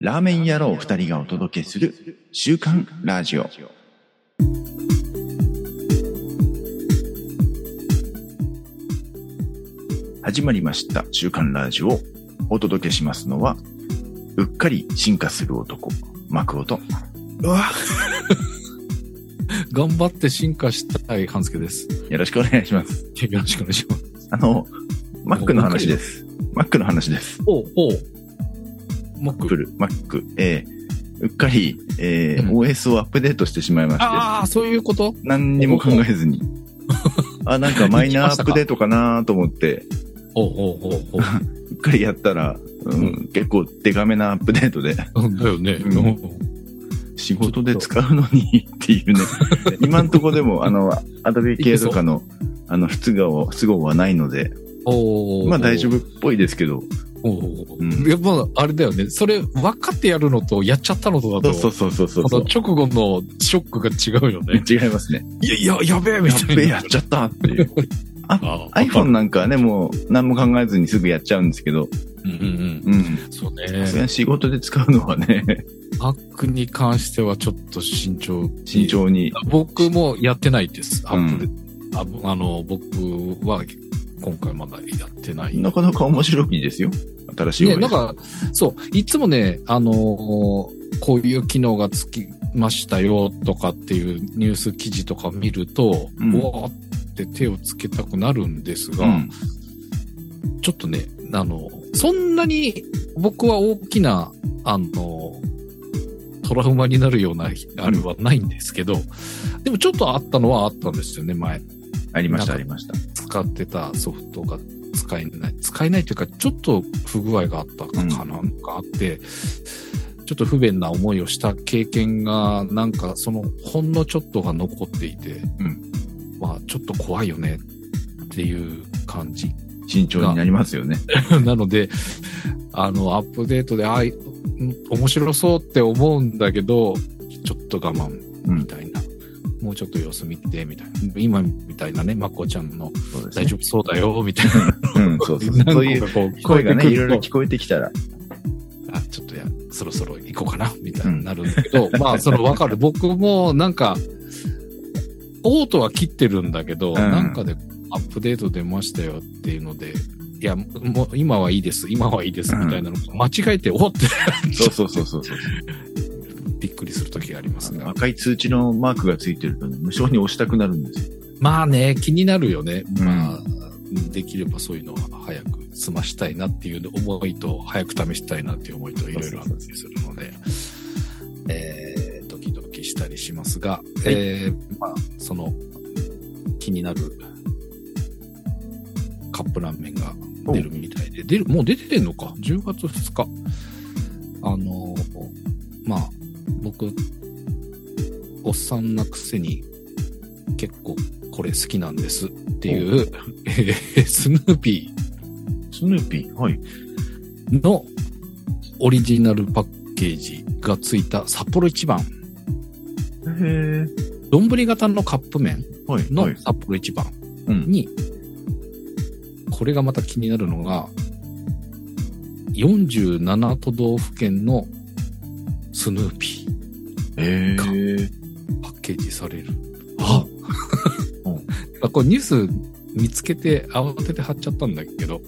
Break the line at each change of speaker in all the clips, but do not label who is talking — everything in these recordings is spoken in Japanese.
ラーメン野郎二人がお届けする週刊ラジオ。始まりました週刊ラジオをお届けしますのは、うっかり進化する男、マクオと。うわ
頑張って進化したい半助です。
よろしくお願いします。
よろしくお願いします。
あの、マックの話です。マックの話です。
おうおう。マッ
プ
ク。
ル、マック、えー、うっかり、えー
うん
OS をアップデートしてしまいまして。
ああ、そういうこと
何にも考えずに。 あ、なんかマイナーアップデートかなと思って、
おうおうおうおう。
うっかりやったら、うん、結構デカめなアップデート で、
だよね。
うん
うん
仕事で使うのにっていうね。今んとこでも、あ の、アドビ系とかの、あの、不都合、不都合はないので、
おう
まあ大丈夫っぽいですけど、
夫。おうおう
うん
いや、まあ、あれだよね。それ、分かってやるのと、やっちゃったのとだ
そ
と、
うそうそうそうそう
あの直後のショックが違うよね。
違いますね。
いや、いや、やべえ、み
や
た
っべ
いな。
え、やっちゃったっていう。
あー
iPhone なんかはね、もう何も考えずにすぐやっちゃうんですけど、
うんうん
うん。
うん。そうね。
それは仕事で使うのは ね、
マックに関しては、ちょっと慎重。
慎重に。
僕もやってないです。ア
うん
ップル、あぶあの、僕は今回まだやってない。
なかなか面白いですよ。新しい OS
ね、なんか、そう、いつもね、あのー、こういう機能がつきましたよとかっていうニュース記事とか見ると、
うん
うわーって手をつけたくなるんですが、
うん、
ちょっとね、あの、そんなに僕は大きな、あの、トラウマになるような、あれはないんですけど、でもちょっとあったのはあったんですよね、前。
ありました、
な
あ
んか
りました。
使ってたソフトが使えない、使えないというか、ちょっと不具合があったか
うん
な、なんかあって、ちょっと不便な思いをした経験が、なんかそのほんのちょっとが残っていて、
うん
まあちょっと怖いよねっていう感じ。
慎重になりますよね。
なので、あの、アップデートで、あい、ん面白そうって思うんだけど、ちょっと我慢、
うん
みたいな。もうちょっと様子見て、みたいな。今みたいなね、まこちゃんの
そうですね
大丈夫そうだよ、みたいな。
うん、そうそうそう。そういう
なんかこう
声がね、いろいろ
聞
聞こえてきたら。
あ、ちょっとや、そろそろ行こうかな、みたいになるんだけど、まあ、そのわ かる。僕もなんか、オートは切ってるんだけど、
ん
なんかでアップデート出ましたよっていうので、いや、もう今はいいです、今はいいです、
うん
みたいなの、間違えて、おって
そうそうそうそうそう。
びっくりする時がありま
あ
す
の
が。
赤い通知のマークがついてると、無償に押したくなるんですよ。
まあね、気になるよね。
うん
まあ、できればそういうのは早く済ましたいなっていう思いと、早く試したいなっていう思いといろいろあったりするので、えー、ドキドキしたりしますが、えー、まあ、その、気になるカップラーメンが出るみたいで、出る、もう出てんのか。10月2日。あのー、まあ、僕、おっさんなくせに、結構これ好きなんですっていう、えー スヌーピ
スヌーピーはい。
ーのオリジナルパッケージがついた札幌一番、
へ
丼型のカップ麺
え。はい。
の
はい。
札幌一番
うん。
に、これがまた気になるのが、47都道府県のスヌーピ
へえ。
ーパッケージされる。ああこれニュース見つけて慌てて貼っちゃったんだけど、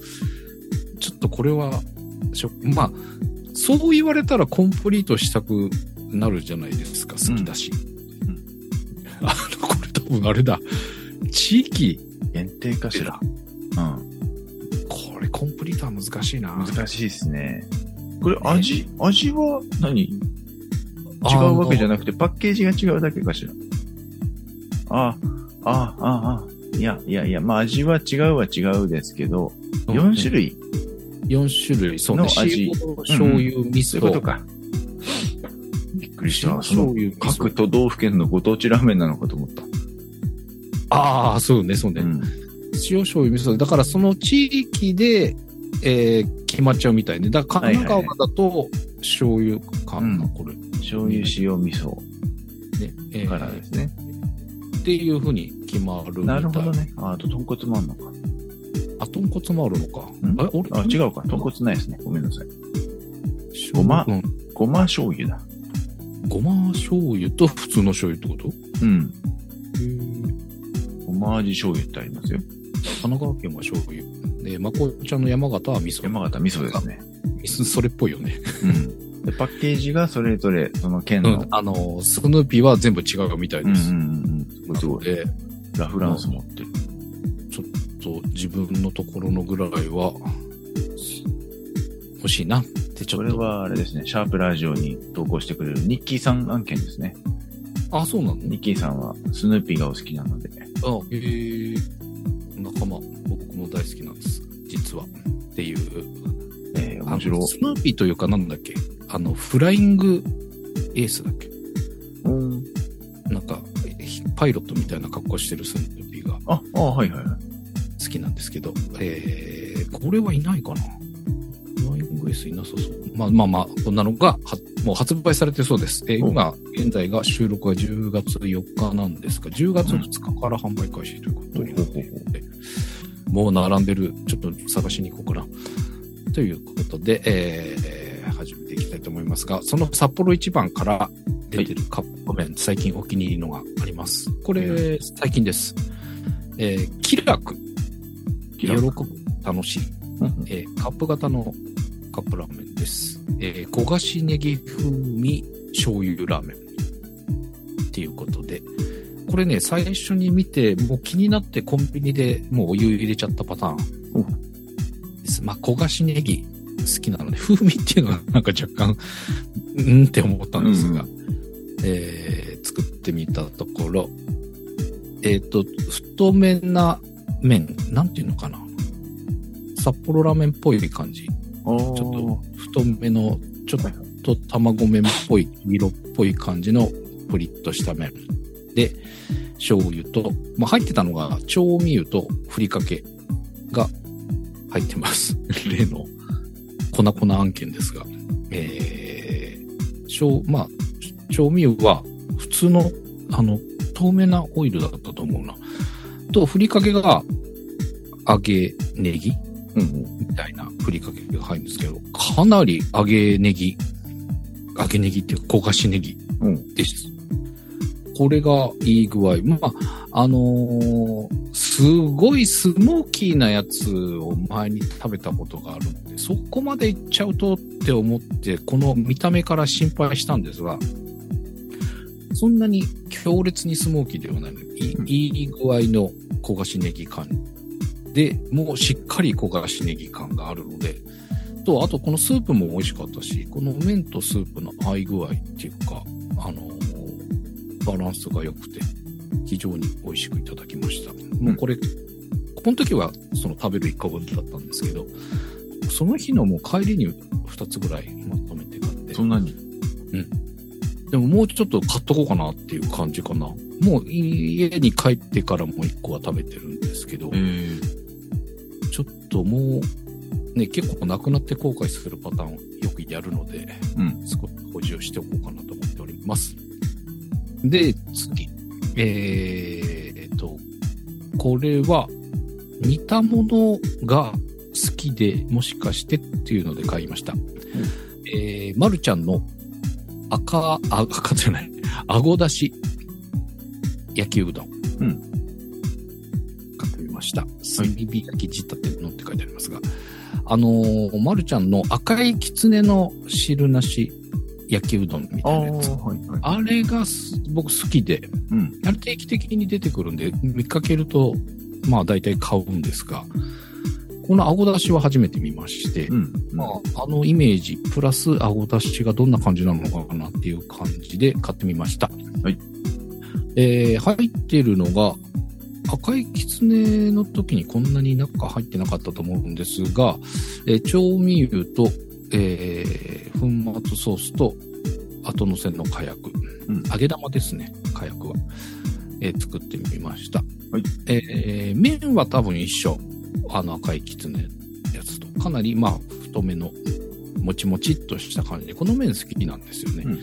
ちょっとこれは、しょまあ、そう言われたらコンプリートしたくなるじゃないですか、好きだし。
うんう
あの、これ多分あれだ。地域、
限定かしら。うん。
これコンプリートは難しいな。
難しいですね。これ味、味は何違
あ
うわけじゃ
な
なくて、パッケージが違うだけかしら。ああ、ああ、ああ。いや、いやいや、まあ味は違うは違うですけど、4種。類
4種類、そうね。
の味
塩醤油、味
そうい
噌
うことか。びっくりした。そ
醤
の
油、味噌
各都道府県のご当地ラーメンなのかと思った。
ああ、そうね、そうね。
うん
塩醤油味噌だからその地域で、えー決まっちゃうみたいねだから
はい
神
はいはい
奈川だと醤油かな、
うん
これね、
醤油、塩、味噌
えー
からですね。
っていうふうに決まるみたい
なるほどね。ああと、豚骨もあるのか。
あ豚骨もあるのか
ん
あれ俺
あ、違うか。豚骨ないですね。ごめんなさい。ごま
うん
ごま醤油だ。
ごま醤油と普通の醤油ってこと
うん。
へえ。
ごま味醤油ってありますよ。
神奈川県は醤油。で、まこちゃんの山形は味噌。
山形味噌ですね。
味噌、それっぽいよね。
うん。で、パッケージがそれぞれ、その県
う
の。
ん。 あの、スヌーピーは全部違うみたい
うんう
で
ん
す。
うんうん。すごいす
で、
ごい。ラフランス持ってる。
そう、自分のところのぐらいは、欲しいなってちょ
そ
っ
れ
と。
はあれですね、シャープラジオに投稿してくれるニッキーさん案件ですね。
あ、そうなの
ニッキーさんはスヌーピーがお好きなので。
あ、へえ。仲間、僕も大好きなんです。実は。っていう。
えー、
あ
面白い
の、。スヌーピーというかなんだっけあの、フライングエースだっけ
うん。
なんか、パイロットみたいな格好してるスヌーピーが。
あ、あ、はいはいはい。
好きなんですけど、えー、これはいないかなフライングエースいなさそう。まあまあまあ、こんなのがは、もう発売されてそうです。えー
お
今、現在が収録が10月4日なんですが、10月2日から販売開始ということになっているので、もう並んでる、ちょっと探しに行こうかな。ということで、えー、始めていきたいと思いますが、その札幌一番から出てるカップ麺、最近お気に入りのがあります。これ、最近です。えー、キラク。喜ぶ、楽しい、
うん
えーカップ型のカップラーメンです。えー、焦がしネギ風味醤油ラーメン。っていうことで。これね、最初に見て、もう気になってコンビニでもうお湯入れちゃったパター
う
ンです。まあ、焦がしネギ好きなので、風味っていうのはなんか若干、うんって思ったんですが、
う
えー作ってみたところ、えっ、と、太麺な麺、なんていうのかな。札幌ラーメンっぽい感じ。
あー
ちょっと太めの、ちょっと卵麺っぽい、色っぽい感じのプリッとした麺。で、醤油と、まあ、入ってたのが調味油とふりかけが入ってます。例の粉々案件ですが。えー、醤、まあ、調味油は普通の、あの、透明なオイルだったと思うな。と、ふりかけが揚げネギ
うんうん。
みたいなふりかけが入るんですけど、かなり揚げネギ、揚げネギっていうか焦がしネギ
うん
です。これがいい具合。まあ、あのーすごいスモーキーなやつを前に食べたことがあるので、そこまでいっちゃうとって思って、この見た目から心配したんですが、そんなに強烈にスモーキーではないのにいい
うん
いい具合の焦がしネギ感で、もうしっかり焦がしネギ感があるので、と、あとこのスープも美味しかったし、この麺とスープの合い具合っていうか、あの、バランスが良くて、非常に美味しくいただきました。もうこれ、この時はその食べる1個分だったんですけど、その日のもう帰りに2つぐらいまとめて買って
そ、んなに。
でももうちょっと買っとこうかなっていう感じかな。もう家に帰ってからもう1個は食べてるんですけど、
ー、
ちょっともう、ね、結構なくなって後悔するパターンをよくやるので、
うん
少し補充しておこうかなと思っております。で、次。えー、えっと、これは、似たものが好きで、もしかしてっていうので買いました。えー、まるちゃんの赤、あ赤じゃない、あごだし焼きうどん。
うん
買ってみました。炭火焼き仕立てのって書いてありますが、あのー、まるちゃんの赤いきつねの汁なし焼きうどんみ
あ
た
あ、
いなやつ。
はいはい。
あれがす僕好きで、
うん。
あれ定期的に出てくるんで、見かけると、まあ大体買うんですが、このあごだしは初めて見まして、
うん。
まあ、あのイメージ、プラス顎出しがどんな感じなのかなっていう感じで買ってみました。
はい。
えー、入ってるのが、赤いきつねの時にこんなに中入ってなかったと思うんですが、えー調味油と、えー、粉末ソースと、後乗せの火薬。
うん
揚げ玉ですね、火薬は。えー作ってみました。
はい。
えー、麺は多分一緒。あの赤いきつねやつとかなりまあ太めのもちもちっとした感じでこの麺好きなんですよね、
うん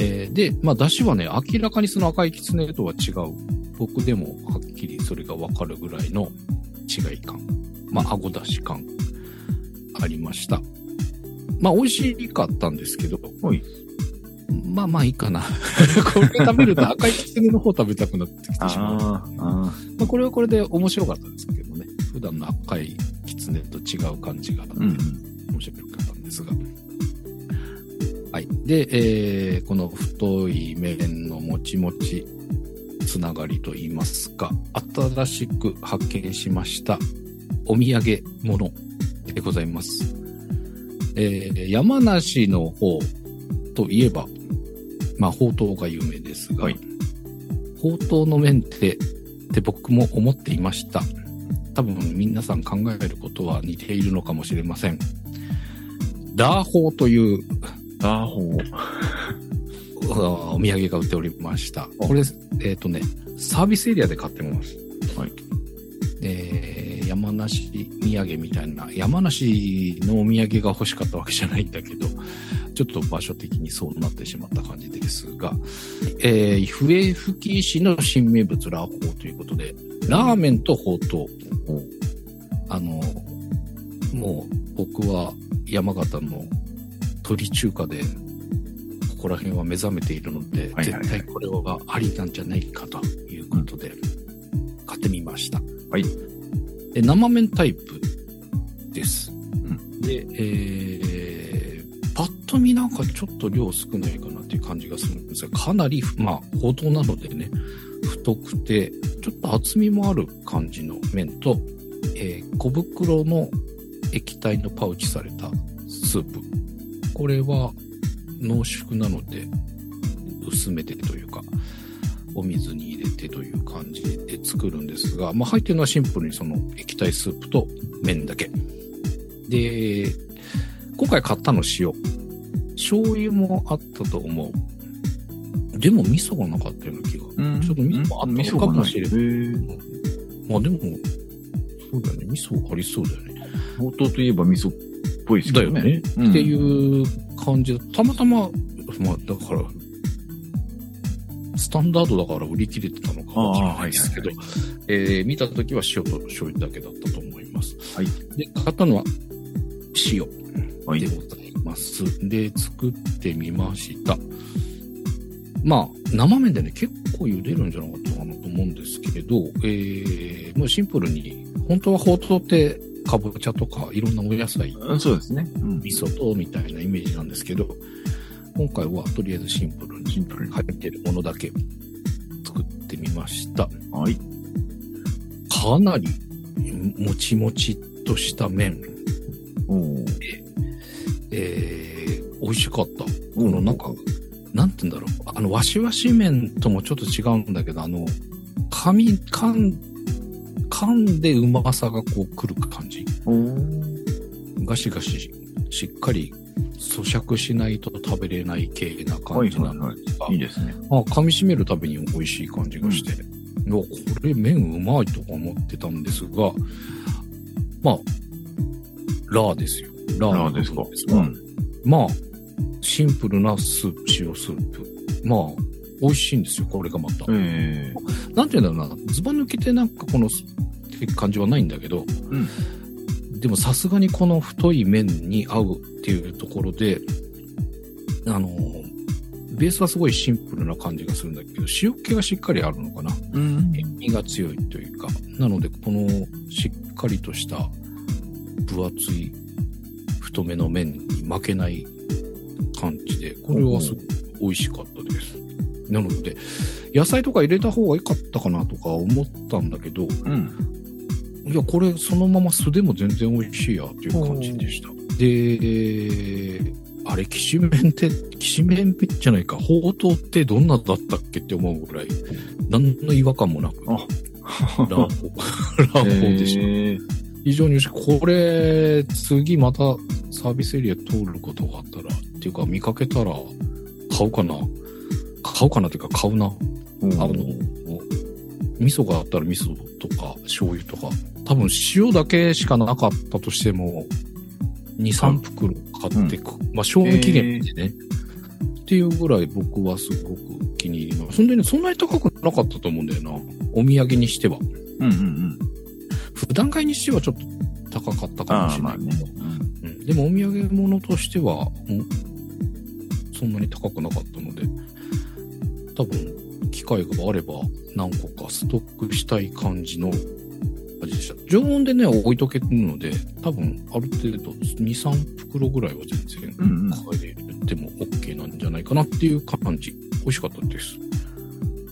えーでまあ出汁はね明らかにその赤いきつねとは違う僕でもはっきりそれが分かるぐらいの違い感まあ顎出し感ありましたまあ美味しかったんですけど
ほい。
まあまあいいかな。 これ食べると赤いきつねの方食べたくなってきてしまう。
あーあー、
まあ、これはこれで面白かったですけどね。普段の赤いきつねと違う感じがあって、
うん。
面白かったんですが。はい。で、えーこの太い麺のもちもちつながりといいますか、新しく発見しましたお土産物でございます。えー山梨の方といえば、まあ、ほうとうが有名ですが、
はい
ほうとうの麺って、って僕も思っていました。多分皆さん考えることは似ているのかもしれません。ダーホーという
ダーホー。
あーお土産が売っておりました。これ、えっ、とね、サービスエリアで買ってます。
はい。
えー山梨土産みたいな、山梨のお土産が欲しかったわけじゃないんだけど、ちょっと場所的にそうなってしまった感じですが、えー笛吹市の新名物、ラーホーということで、ラーメンとほうとう。あの、もう僕は山形の鳥中華で、ここら辺は目覚めているので、
はいはいはい
絶対これはありなんじゃないかということで、買ってみました。
はい。
で生麺タイプです。
ん
で、えー、パッと見なんかちょっと量少ないかなっていう感じがするんですが、かなり、まあ、ほどなのでね、太くて、ちょっと厚みもある感じの麺と、えー小袋の液体のパウチされたスープ。これは濃縮なので、薄めてというか、お水に入れてという感じで作るんですが、まあ、入ってるのはシンプルにその液体スープと麺だけ。で、今回買ったの塩。醤油もあったと思う。でも味噌がなかったような気が。
うん
ちょっと味噌もあったのかもしれない。
ない。
まあでも、そうだよね。味噌ありそうだよね。
ほうとうといえば味噌っぽいですけどね。
だよね
うん
っていう感じで、たまたま、まあだから、スタンダードだから売り切れてたのかわからないですけど
あ、
えー見たときは塩と醤油だけだったと思います。
はい
で、買ったのは塩
はい
でございます。で、作ってみました。まあ、生麺でね、結構茹でるんじゃなかったかなと思うんですけれど、えー、もうシンプルに、本当はほうとうって、かぼちゃとかいろんなお野菜
うんそうですね。うん
味噌とみたいなイメージなんですけど、今回はとりあえずシンプルに
シンプルに。
入ってるものだけ作ってみました。
はい。
かなりもちもちっとした麺。
おー
えー、美味しかった。
お
このなんか、なんて言うんだろう。あの、わしわし麺ともちょっと違うんだけど、あの、噛み、噛ん、噛んでうまさがこう来る感じ。
おー
ガシガシしっかり咀嚼しないと食べれない系な感じなんですが、
いいですね。
まあ、噛み締めるたびに美味しい感じがして、うわこれ麺うまいとか思ってたんですが、まあ、ラーですよ。ラ
ああ
ーの
です
こ
か
と。
う
が
ん。
まあ、シンプルなスープ、塩スープ。まあ、美味しいんですよ、これがまた。
ええ。
なんていうんだろうな、ズバ抜けてなんかこの、って感じはないんだけど、
うん
でもさすがにこの太い麺に合うっていうところで、あの、ベースはすごいシンプルな感じがするんだけど、塩気がしっかりあるのかな。
うん。
塩味が強いというか、なので、このしっかりとした分厚い太めの麺に負けない感じで、これはすごい美味しかったです。なので、野菜とか入れた方が良かったかなとか思ったんだけど、
うん。
いや、これそのまま素でも全然美味しいやっていう感じでした。で、あれ、きしめんって、きしめんじゃないか、ほうとうってどんなだったっけって思うぐらい、何の違和感もなく、
あ
ラーホ ー、ラーホーでした。
ええ
非常に美味しい。これ、次またサービスエリア通ることがあったら、っていうか見かけたら、買うかな買うかなっていうか買うな。
おー
あの、味噌があったら味噌とか醤油とか、多分塩だけしかなかったとしても、2、3袋買ってく。まあ、賞味期限でね、っていうぐらい僕はすごく気に入ります。そんでね、そんなに高くなかったと思うんだよな。お土産にしては。
うんうんうん。
普段買いにしてはちょっと高かったかも
あ
し
あ、
れ
ま
ない
あ
けど。
ね。
うんでもお土産物としては、んそんなに高くなかったので、多分、機会があれば何個かストックしたい感じの味でした。常温でね、置いとけるので、多分、ある程度、2、3袋ぐらいは全然
うんうん。
買えても OK なんじゃないかなっていう感じ。美味しかったです。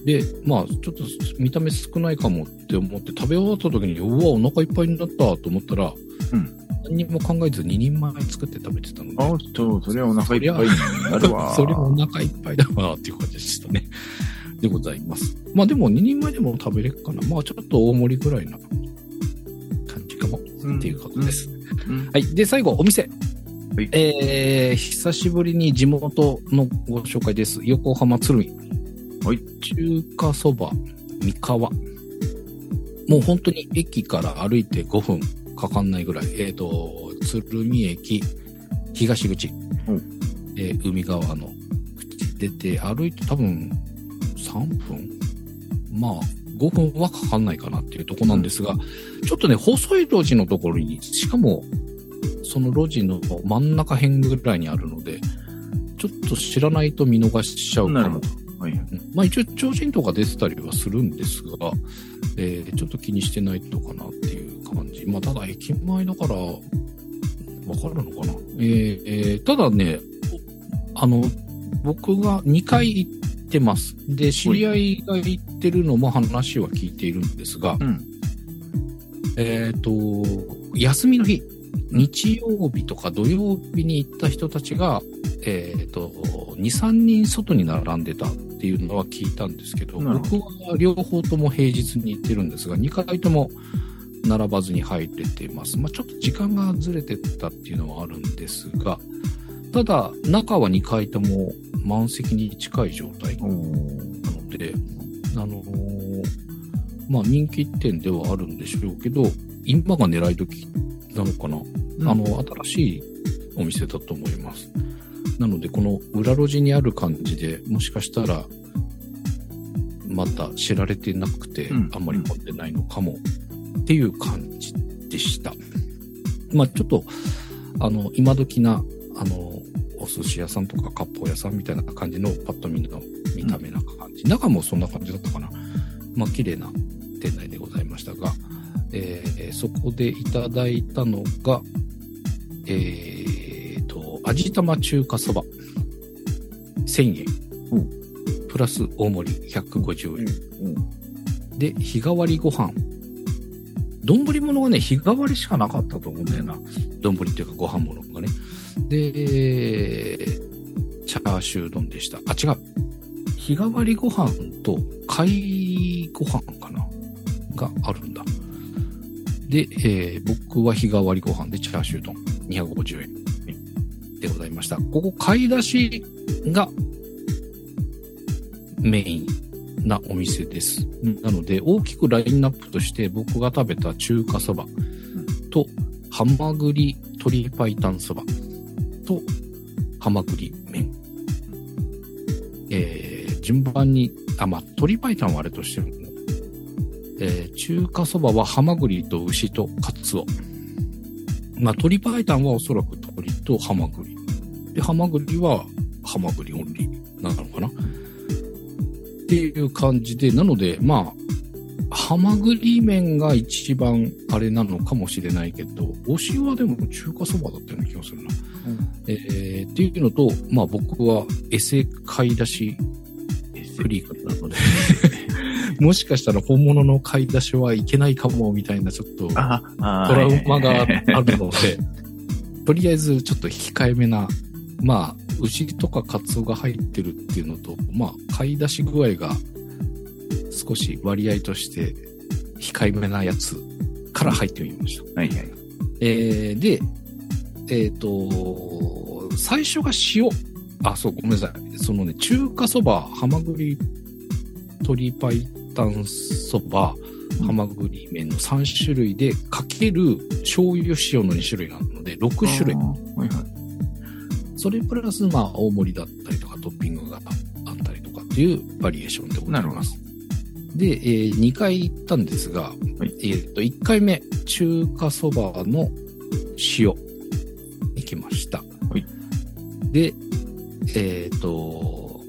で、まあ、ちょっと見た目少ないかもって思って食べ終わった時に、うわ、お腹いっぱいになったと思ったら、
うん
何にも考えず2人前作って食べてたので、
あと、それはお腹いっぱいになるわ。
それはお腹いっぱいだわっていう感じでしたね。でございます。まあでも2人前でも食べれるかな。まあちょっと大盛りぐらいな感じかもっていうことです。
うん。うん
はい。で、最後、お店。
はい
えー、久しぶりに地元のご紹介です。横浜鶴見。
はい
中華そば、三河。もう本当に駅から歩いて5分かかんないぐらい。えっ、と、鶴見駅、東口。
うん
えー海側の口出て、歩いて多分3分まあ、5分はかかんないかなっていうとこなんですが、ちょっとね、細い路地のところに、しかも、その路地の真ん中辺ぐらいにあるので、ちょっと知らないと見逃しちゃうか
な
な
るほど。はいはい。
うんまあ一応、超人とか出てたりはするんですが、えーちょっと気にしてないとかなっていう感じ。まあただ駅前だから、わかるのかな。えーえーただね、おあの、僕が2回行ってます。で、知り合いが行ってるのも話は聞いているんですが、
うん。
えっ、と、休みの日、日曜日とか土曜日に行った人たちが、えっ、と、2、3人外に並んでたっていうのは聞いたんですけど、
なる
僕は両方とも平日に行ってるんですが、2回とも並ばずに入れてます。まあ、ちょっと時間がずれてたっていうのはあるんですが、ただ、中は2回とも満席に近い状態
おー
なので、あのーまあ人気店ではあるんでしょうけど、今が狙い時なのかな、あ、の、新しいお店だと思います。なので、この裏路地にある感じで、もしかしたら、また知られてなくて、
うん
あんまり混んでないのかも、っていう感じでした。まあ、ちょっと、あの、今時な、あの、お寿司屋さんとか割烹屋さんみたいな感じのパッと見の見た目な感じ。中もそんな感じだったかな。まあ、綺麗な店内でございましたが、えーそこでいただいたのが、えーと、味玉中華そば、1000円。
うん
プラス大盛り150
う
円
ん。うん
で、日替わりご飯。丼物がね、日替わりしかなかったと思うんだよな。丼っていうかご飯物がね。で、チャーシュー丼でした。あ、違う。日替わりご飯と貝ご飯かながあるんだ。で、えー僕は日替わりご飯でチャーシュー丼250円でございました。ここ買い出しがメインなお店です。なので、大きくラインナップとして、僕が食べた中華そばと、ハマグリ鶏白湯そばと、ハマグリ麺。えー、順番に、あ、まあ、鶏白湯はあれとしても、えー、中華そばはハマグリと牛とカツオ。まあ、鶏白湯はおそらく鶏とハマグリ。で、ハマグリはハマグリオンリーなのかなっていう感じで、なので、まあ、ハマグリ麺が一番あれなのかもしれないけど、推しはでも中華そばだったような気がするな。えーっていうのと、まあ僕はエセ買い出しフリークなので、もしかしたら本物の買い出しはいけないかもみたいなちょっと ト
あ、あ
ラウマがあるので、とりあえずちょっと控えめな、まあ牛とかカツオが入ってるっていうのと、まあ買い出し具合が少し割合として控えめなやつから入ってみました。
はいはい。
えーで、えっ、と、最初が塩。あ、そう、ごめんなさい。そのね、中華そば、ハマグリ、鶏白湯そば、
うん
ハマグリ麺の3種類で、かける醤油塩の2種類なので、6種類
あ。ーはいはい。
それプラス、まあ、大盛りだったりとか、トッピングがあったりとかっていうバリエーションでございます。で、え2回行ったんですが、
い
えっと、1回目、中華そばの塩、行きました。
はい
で、えっ、と、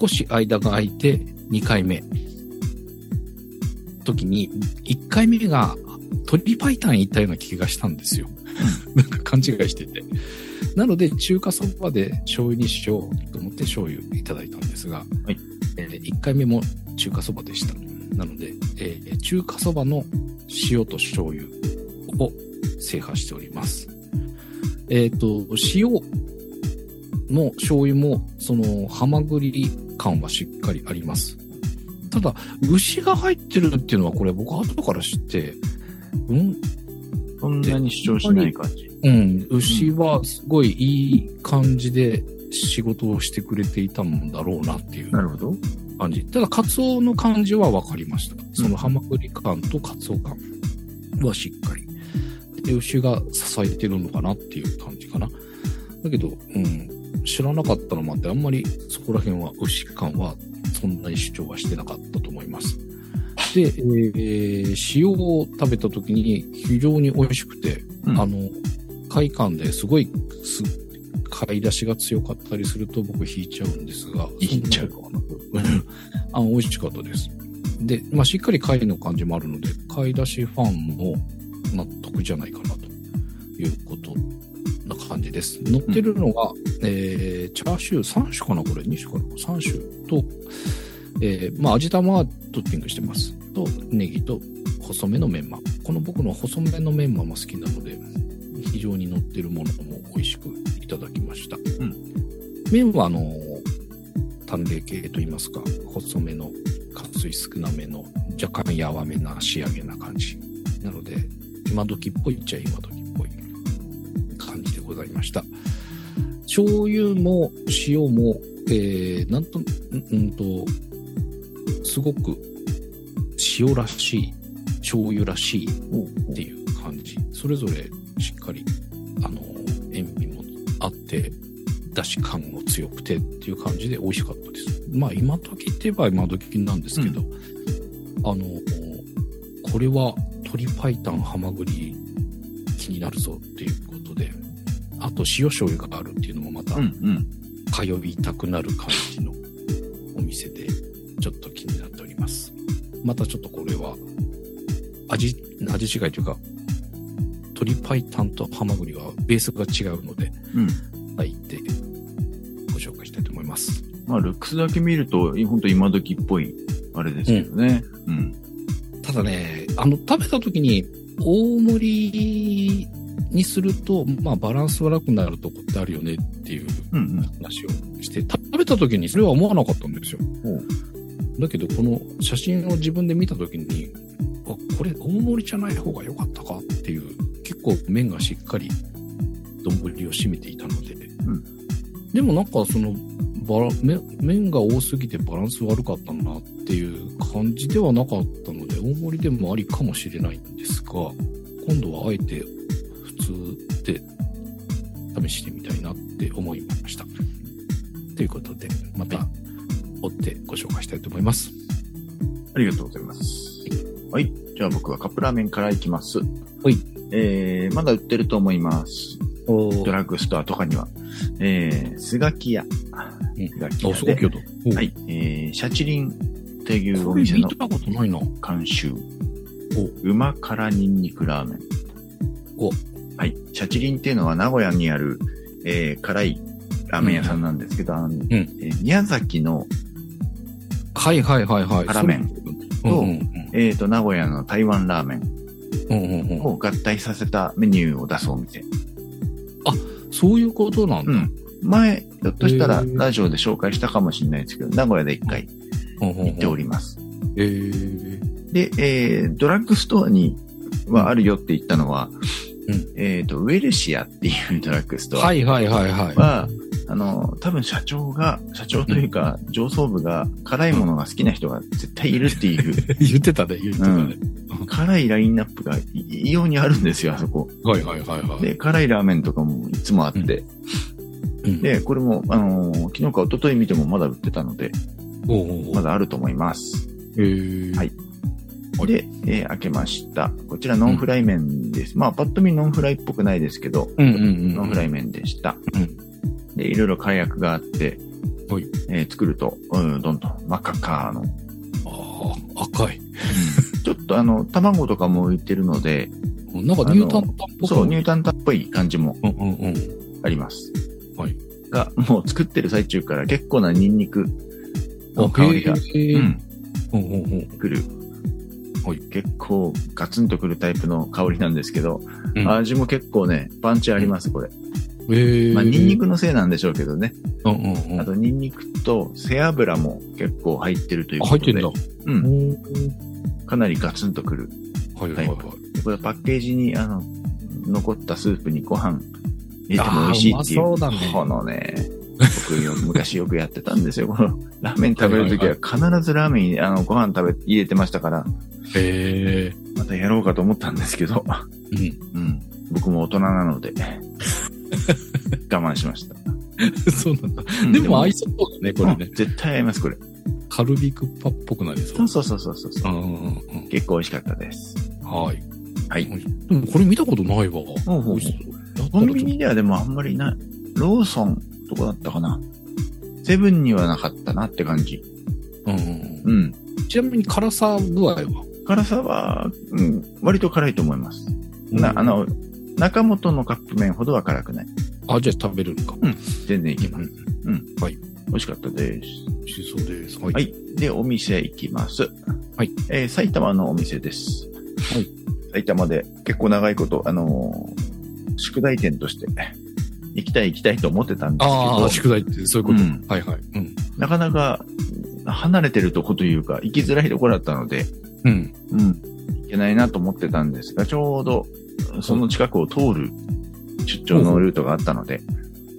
少し間が空いて2回目。時に、1回目が鳥パイタン行ったような気がしたんですよ。なんか勘違いしてて。なので、中華そばで醤油にしようと思って醤油いただいたんですが、
はい
え1回目も中華そばでした。なので、えー中華そばの塩と醤油を制覇しております。えっ、と、塩も醤油も、その、ハマグリ感はしっかりあります。ただ、牛が入ってるっていうのは、これ僕後から知って、うん、
そんなに主張しない感じ。
うん、牛はすごいいい感じで仕事をしてくれていたんだろうなっていう
なるほど。
感じ。ただ、カツオの感じは分かりました。そのハマグリ感とカツオ感はしっかり。で、牛が支えてるのかなっていう感じかな。だけど、うん、知らなかったのもあって、あんまりそこら辺は牛感はそんなに主張はしてなかったと思います。で、えー塩を食べた時に非常に美味しくて、
うん
あの、快感ですごいす、買い出しが強かったりすると僕引いちゃうんですが。
引いちゃう
そんなことはなく あの美味しかったです。で、まあ、しっかり貝の感じもあるので、買い出しファンも納得じゃないかなということな感じです。乗ってるのが、えーチャーシュー3種かなこれ2種かな3種と、えーまあ、味玉はトッピングしてます。と、ネギと細めのメンマ。この僕の細めのメンマも好きなので、非常に乗ってるものも美味しくいただきました。
ん
麺は、あの、淡麗系といいますか、細めの、かつい少なめの、若干柔めな仕上げな感じ。なので、今時っぽいっちゃ今時っぽい感じでございました。醤油も塩も、えー、なんと、んうんと、すごく塩らしい、醤油らしいっていう感じ。それぞれしっかり、あの、塩味もあって、出汁感も強くてっていう感じで美味しかったです。まあ今時って言えば今時なんですけど、あの、これは鶏白湯ハマグリ気になるぞっていうことで、あと塩醤油があるっていうのもまた
うんうん。
通いたくなる感じのお店で、ちょっと気になっております。またちょっとこれは、味、味違いというか、鶏白湯とハマグリはベースが違うので、
うん。
はい、で、ご紹介したいと思います。
まあ、ルックスだけ見ると、本当今時っぽい、あれですけどね。うん。
ただね、あの、食べた時に、大盛りにすると、まあ、バランス悪くなるとこってあるよねっていう
うん
話をして、た食べた時にそれは思わなかったんですよ
ほう。
だけど、この写真を自分で見た時に、あ、これ大盛りじゃない方が良かったかっていう、結構麺がしっかり丼を占めていたので、でもなんかその、バラ麺麺が多すぎてバランス悪かったなっていう感じではなかったので、大盛りでもありかもしれないんですが、今度はあえて普通で試してみたいなって思いました。ということで、また追ってご紹介したいと思います。。
うん。ありがとうございます。はい。じゃあ僕はカップラーメンからいきます。はいえー、まだ売ってると思います。
お
ドラッグストアとかには。えー、スガキ屋。
うん
スガキ
お、すごい
屋
けど。お
はい。えー、シャチリンっていうお
これ
店
見
の
たことないな。
監修。うま辛ニンニクラーメン。
お
はい。シャチリンっていうのは名古屋にある、えー辛いラーメン屋さんなんですけど、あのえー宮崎の、
はいはいはいはい。
辛麺
それ。
と
うんうん
えー、と、名古屋の台湾ラーメン
うんうんうんうん。
を合体させたメニューを出すお店。
そういうことなんだ。
うん。前、ひょっとしたら
へー
ラジオで紹介したかもしれないですけど、名古屋で一回
うんうんうん
行っております。
えー
で、えードラッグストアにはあるよって言ったのは、
うん
えっ、と、ウェルシアっていうドラッグストア
はいはいはいはい。
は、あの、多分社長が、社長というか、上層部が辛いものが好きな人が絶対いるって いう、
言ってたね、言ってたね。
辛いラインナップがい異様にあるんですよ、あそこ。
はいはいはいはい。
で、辛いラーメンとかもいつもあって。
うん、
で、これも、あのー昨日か一昨日見てもまだ売ってたので、
おうおうお
ま
う
だあると思います。
えー
はい
はい
で、えー開けました。こちらノンフライ麺です。まあ、パッと見ノンフライっぽくないですけど、
うんうんうん。
ノンフライ麺でした。
うん
で、いろいろ解約があって、
はい
えー作ると、うん、どんどん真っ赤っかの。
ああ、赤い。
ちょっとあの、卵とかも浮いてるので、
なんかニュータンタンっぽく
そう、乳炭炭っぽい感じも
うんうんうん。
あります。
はい。
が、もう作ってる最中から結構なニンニクの
あ
香りが、
へえ
うん、
うんうんうん
くる。
はい
結構ガツンとくるタイプの香りなんですけど、
うん
味も結構ね、パンチあります、これ。
へえ
まあ、ニンニクのせいなんでしょうけどね。
うんうんうん。
あ
あ
と、ニンニクと背脂も結構入ってるというこ
入
と
って
で。
んだ。
うん。
お
かなりガツンとくる。
ーはいはいはい。
でこれパッケージに、あの、残ったスープにご飯入れても美
あー
味しいっていう。
うまそうだね
このね、僕よ、昔よくやってたんですよ。この、ラーメン食べるときは必ずラーメンに、あの、ご飯食べ、入れてましたから、
へえ。
またやろうかと思ったんですけど、
うん。
うん。僕も大人なので、我慢しました。
そうなんだ。
うん
でも合いそうだね、これね
うん。絶対合います、これ。
カルビクッパっぽくなりそ
そうう。そうそうそうそう。
うんうんうん
結構美味しかったです。
うん。はい。
はい
でもこれ見たことないわ。
ほうほう
美味しそう。
コンビニではでもあんまりない。ローソンとかだったかな。セブンにはなかったなって感じ。
うんうん
うん。
うん。ちなみに辛さ具合は
辛さは、うん、割と辛いと思います。な、あ、の、中本のカップ麺ほどは辛くない。
あ、じゃあ食べれるか。
全然いけます。うん。
はい。
美味しかったです。
美味しそうです。はい
はい。で、お店行きます。
はい。
えー埼玉のお店です。
はい。
埼玉で結構長いこと、あのー宿題店として、行きたい行きたいと思ってたんですけ
あ
ど
あ、、宿題ってそういうこと。
うん
はいはい。うん。
なかなか離れてるとこというか、行きづらいところだったので、
うん。
うん、いけないなと思ってたんですが、ちょうどその近くを通る出張のルートがあったので、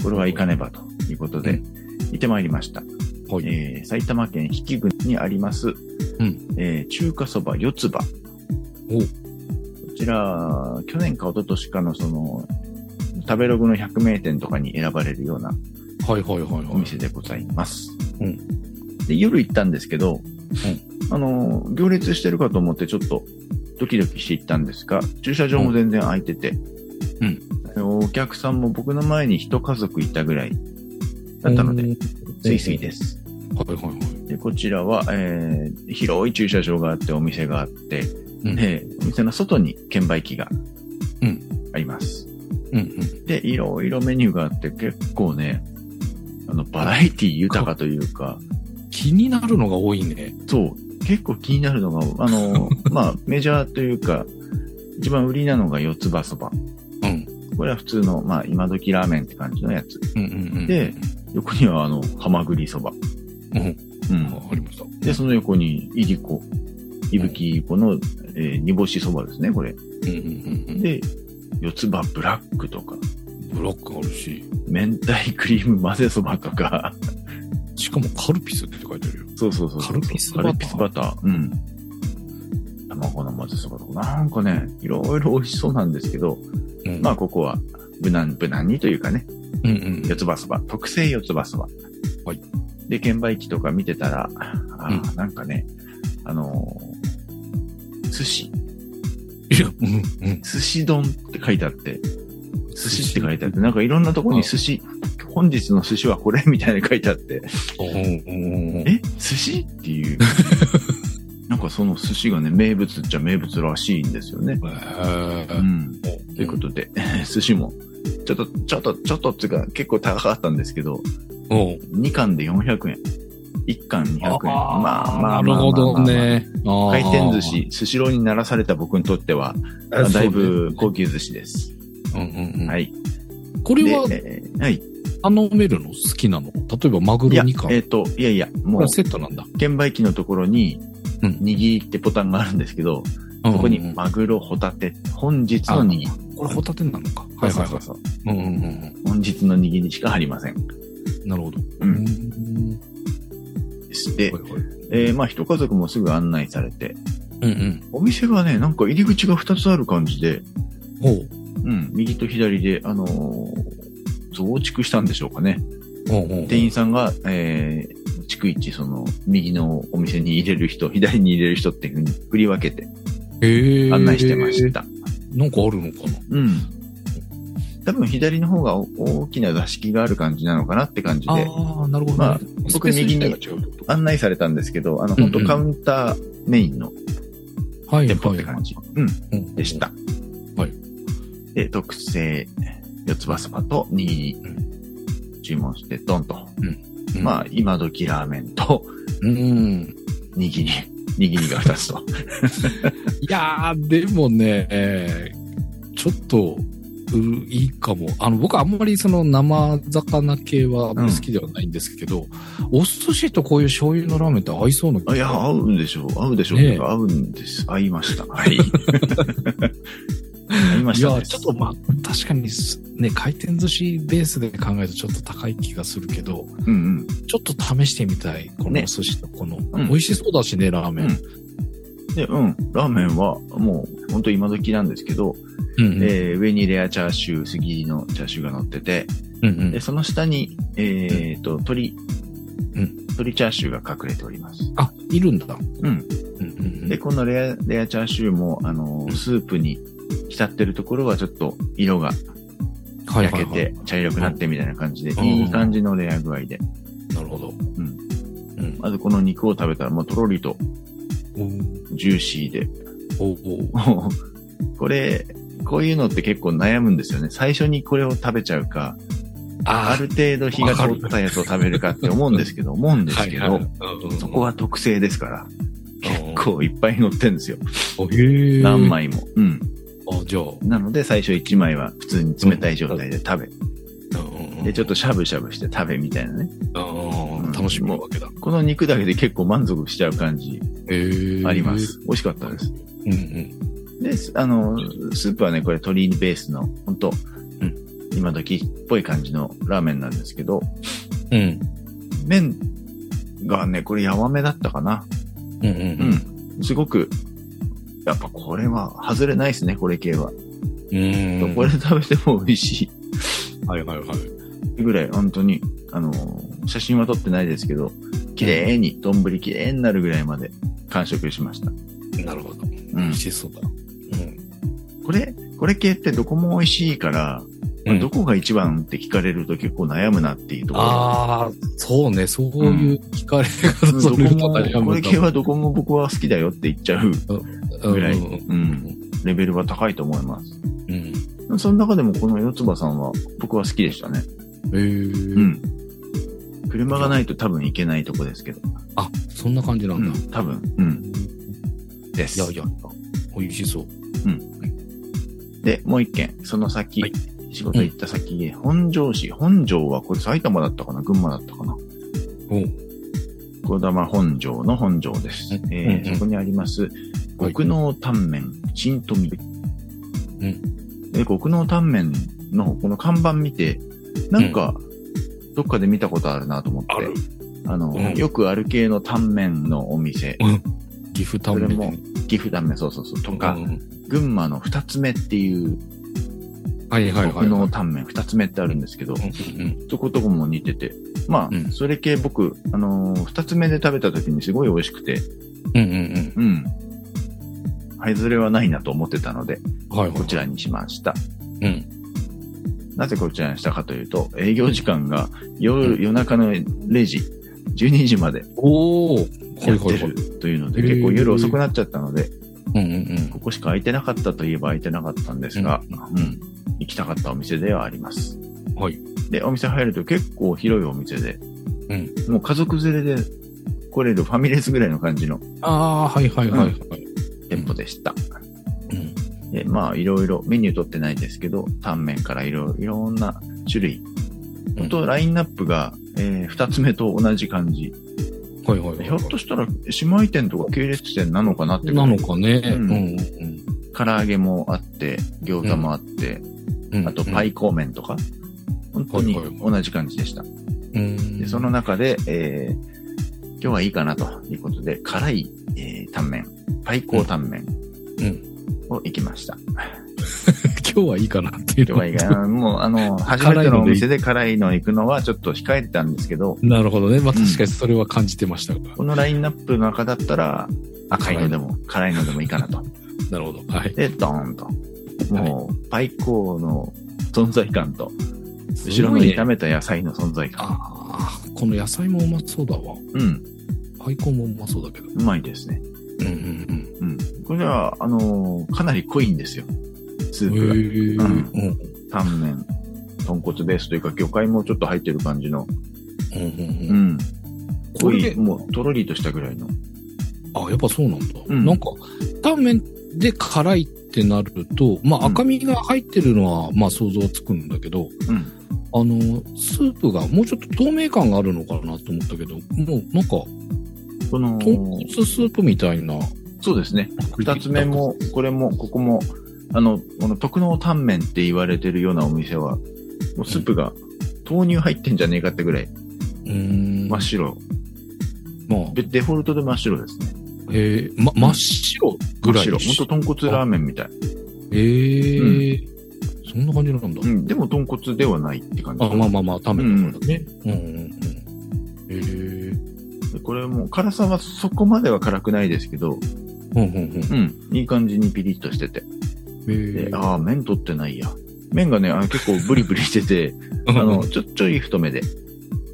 これは行かねばということ
う
で、行ってまいりました。
はい。
えー埼玉県比企郡にあります、
ん
えー中華そば四つ葉。こ
お
ちら、去年か一昨年かのその、食べログの100名店とかに選ばれるような
はいはいはい
お
はい。
店でございます。
うん
で夜行ったんですけど、あの、行列してるかと思ってちょっとドキドキして行ったんですが、駐車場も全然空いてて、
うん
お客さんも僕の前に一家族いたぐらいだったの
う
で、
ん
スイスイです。
はいはいはい。
でこちらは、えー広い駐車場があって、お店があって、
うん
でお店の外に券売機が
うん
あります。
うんうん。
で、いろいろメニューがあって、結構ね、あの、バラエティ豊かというか、
気になるのが多いね。
そう、結構気になるのが、あ の、まあ、メジャーというか、一番売りなのが四つ葉そば。
うん。
これは普通の、まあ、今時ラーメンって感じのやつ。
うんうんうん。
で、横には、あの、ハマグリそば。
うん。
うん。
あありました。
で、その横に、いりこ。いぶきこの、えー煮干しそばですね、これ。
うんうんうん。
で、四つ葉ブラックとか、
ブラックあるし、
明太クリーム混ぜそばとか。
しかもカルピスって書いてあるよ。
そうそうそうそう。
カルピス
カ
バター
ルピスバター。うん。卵の混ぜそばとか、なんかね、いろいろ美味しそうなんですけど、
うん
まあ、ここは、無難、無難にというかね、
うんうん。
四つ葉そば、特製四つ葉そば。
はい。
で、券売機とか見てたら、あーなんかね、あのー寿司、
いや、うんうん。
寿司丼って書いてあって、寿司って書いてあって、なんかいろんなとこに寿司、本日の寿司はこれみたいなの書いてあって、
うん
え寿司って いう。なんかその寿司がね、名物っちゃ名物らしいんですよね。う
え
ん。ということで、 寿司も、ちょっと、ちょっと、ちょっとっていうか、結構高かったんですけど、
うん。
2貫で400円。1貫200円。まあまあま
な
あまあまあ
るほど。ね。
回
回
転寿。司、スシローにならされた僕にとっては、
あ
だいぶ高級寿司です。
うんうんうん。
はい。
これは
でえーはい。
頼めるの好きなの例えばマグ
い
ロ
や
2、貫。
えっ、と、いやいや、
こ
も
れ
う
は、セットなんだ。
券売機のところに、
うん
握ってボタンがあるんですけど、
そ
そこに
うんうん
マグロ、ホタテ、本日の握り。
これホタテなのか。はいはい
そ
は
うそうそう
い。うんうんうん
本日の握りしかありません。
うん。なるほど。
う。
うんん
で
は、いはい
えーまあ、一家族もすぐ案内されて、
うんうん。
お店がね、なんか入り口が2つある感じで、
ほう。
うん、右と左で、あのー増築したんでしょうかね。
ほうほう。
店員さんが、えー、逐一、その、右のお店に入れる人、左に入れる人っていうふうに振り分けて
へー
案内してまし。た。
なんかあるのかな
うん。多分左の方がお大きな座敷がある感じなのかなって感じで、
ああ、なるほど、ね。
まあ僕右に
スペース自体が違うってこと
案内されたんですけど、あの、本
う
当
んうん
カウンターメインの
はい
店舗って感じ、うん、
はいうん
でした。
はい。
で、特製四つ葉そばと握り注文して、ドンと。
うん
まあ、今時ラーメンと
うん。
握り、握りが2つと。
いやー、でもね、えーちょっと、うんいいかも。あの、僕あんまりその生魚系はあんまり好きではないんですけど、お寿司とこういう醤油のラーメンって合いそうな気が
あいや、合うんでしょう。合うでしょう。
ねえ
てか合うんです。合いま した。はい。 合いま
い
した
や、
ね。
ちょっとまあ、確かにす、ね、回転寿司ベースで考えるとちょっと高い気がするけど、
うん
ちょっと試してみたい。この
ね
お寿司とこの、
ん
美味しそうだしね、ラーメン。
うん。で、うん。ラーメンは、もう、本当今時なんですけど、
うんうん
えー上にレアチャーシュー、杉入りのチャーシューが乗ってて、
うんうん
で、その下に、えーと、鶏、
うん
鶏チャーシューが隠れております。
あ、いるんだ。
うん。
うんうんうん
で、このレア、レアチャーシューも、あのー、スープに浸ってるところはちょっと色が
はい
焼
はい
け
はい
て、茶色くなってみたいな感じで、
うん
いい感じのレア具合で。
なるほど。
うん。
うん。
まずこの肉を食べたら、もうとろりとジューシー で。
おおお
もうこれ、こういうのって結構悩むんですよね。最初にこれを食べちゃうか、あ
あ
る程度火が通ったやつを食べるかって思うんですけど、思うん
ー
ですけど、
うん
そこは特製ですから、結構いっぱい乗ってるんですよ。
おへえ
何枚も。うん。
あ、じゃあ、
なので最初1枚は普通に冷たい状態で食べ、で、ちょっ
っ
としゃぶしゃぶして食べみたいなね。
と
うん
楽しむわけだ。
この肉だけで結構満足しちゃう感じ
へえ
ありま。す。美味しかったです。
うんうん。
で、すあの、スープはね、これ鶏ベースの、本当
うん
今時っぽい感じのラーメンなんですけど、
うん。
麺がね、これやわめだったかな。
うんうん
う。ん。すごく、やっぱこれは外れないですね、これ系は。
うん
どこで食べても美味し
はいはいはい。
いぐらい、本当に、あのー、写真は撮ってないですけど、綺麗に、丼綺麗になるぐらいまで完食しました。
なるほど。
う
美
ん
味。しそうだ。うん。
これ、これ系ってどこも美味しいから、まあどこが一番って聞かれると結構悩むなっていうところ。
ああ、そうね、そういう聞かれ
うん
方
ど
す
こ
る
も、
と悩むかも
これ系はどこも僕は好きだよって言っちゃう、ぐらい
うん
う、
うんん
レベルは高いと思いま
うん。
す。その中でもこの四つ葉さんは僕は好きでしたね。う
へえ。
ん。車がないと多分行けないとこですけど。
あ、そんな感じな
うん
だ。
ん、多分。うん。です。
いやいや、美味しそう。
で、もう一件、その先、
はい
仕事行った先で、本庄市、本庄はこれ埼玉だったかな群馬だったかな
お
小玉本庄の本庄です。
うん
えー
うんうん
そこにあります、
はい
極濃タンメン、新富。
ん
で極濃タンメンのこの看板見て、なんか、どっかで見たことあるなと思って、あの、
うん
よくある系のタンメンのお店、
岐阜タンメ
それも岐阜タンメン、そうそうそう、とか、群馬の二つ目っていう、
はいはいは
極
い。
濃タンメン二つ目ってあるんですけど、
うん
そことこも似てて、まあ、
うん
それ系僕、あのー二つ目で食べた時にすごい美味しくて、
うんうん
うん。はいずれはないなと思ってたので、
うん。はいはい。
こちらにしました。
うん。
なぜこちらにしたかというと、営業時間が夜、夜中の0時、12時まで
おお。はい
やっ
は
て
いはい。
るというので、
へー
結構夜遅くなっちゃったので、
うんうん
ここしか空いてなかったといえば空いてなかったんですが、
うん
うん行きたかったお店ではあります。
うん。はい。
で、お店入ると結構広いお店で、
うん
もう家族連れで来れるファミレスぐらいの感じの
ああー、はいはいはいはい。
店舗でした。
うん。
で、まあ、いろいろ、メニュー取ってないですけど、タンメンからいろ、いろんな種類。本当ラインナップが、えー、二つ目と同じ感じ。
はいはいはい。
ひょっとしたら、姉妹店とか系列店なのかなってぐら
ないのかね。
う
うんんうん
唐揚げもあって、餃子もあって、
うん。
あとパイコーメンとか。本当に
はいはい
同じ感じでした。
うん。
で、その中で、えー、今日はいいかなということで、辛い、えー、タンメン、パイコータンメン
うんう
を行きました。
今日はいいかなっていう
今日はいいか な。もう、あの、初めてのお店で辛いの行くのはちょっと控えてたんですけど、
なるほどね。まあ確かにそれは感じてましたが。
このラインナップの中だったら、赤いのでも、辛いのでもいいかなと。
なるほど。はい。
で、ドーンと。もう、パイコーの存在感と、後
後
ろの炒めた野菜の存在感。
ああ、この野菜もうまそうだわ。
うん、
アイコンもうまそうだけど。
うまいですね。
うんうん
うん。これは、あのーかなり濃いんですよ。ス
うん。
ープが。
へえ。
うん
うん
タンメン、豚骨ベースというか、魚介もちょっと入ってる感じの、
うんうん
う
うん。
ん。
こ
濃
れ
い、
で、
もう、とろりとしたぐらいの。
あ、やっぱそうなんだ。
うん
なんか、タンメンで辛いってなると、まあ
うん
赤身が入ってるのは、まあ想像つくんだけど、
うん。
あの、スープがもうちょっと透明感があるのかなと思ったけど、もうなんか、
この、
豚骨スープみたいな。
そうですね。二つ目も、これも、ここも、あの、この特納タンメンって言われてるようなお店は、もうスープが豆乳入ってんじゃねえかってぐらいう
ーん。
真っ白。
まあ、
でデフォルトで真っ白ですね。
えー、ま、真っ白ぐらい
真っ白。ほんと豚骨ラーメンみたい。
えーそんな感じなんだ。
うん、でも豚骨ではないって感じ。
あ、まあまあまあ、タンメンだからね。うんうんうん。えー、
でこれも、辛さはそこまでは辛くないですけど、
うんうんうん。
うん、いい感じにピリッとしてて。
え
で、
ー、
ああ、麺取ってないや。麺がね、あの結構ブリブリして て、
あ
あの、、ちょ、ちょい太めで、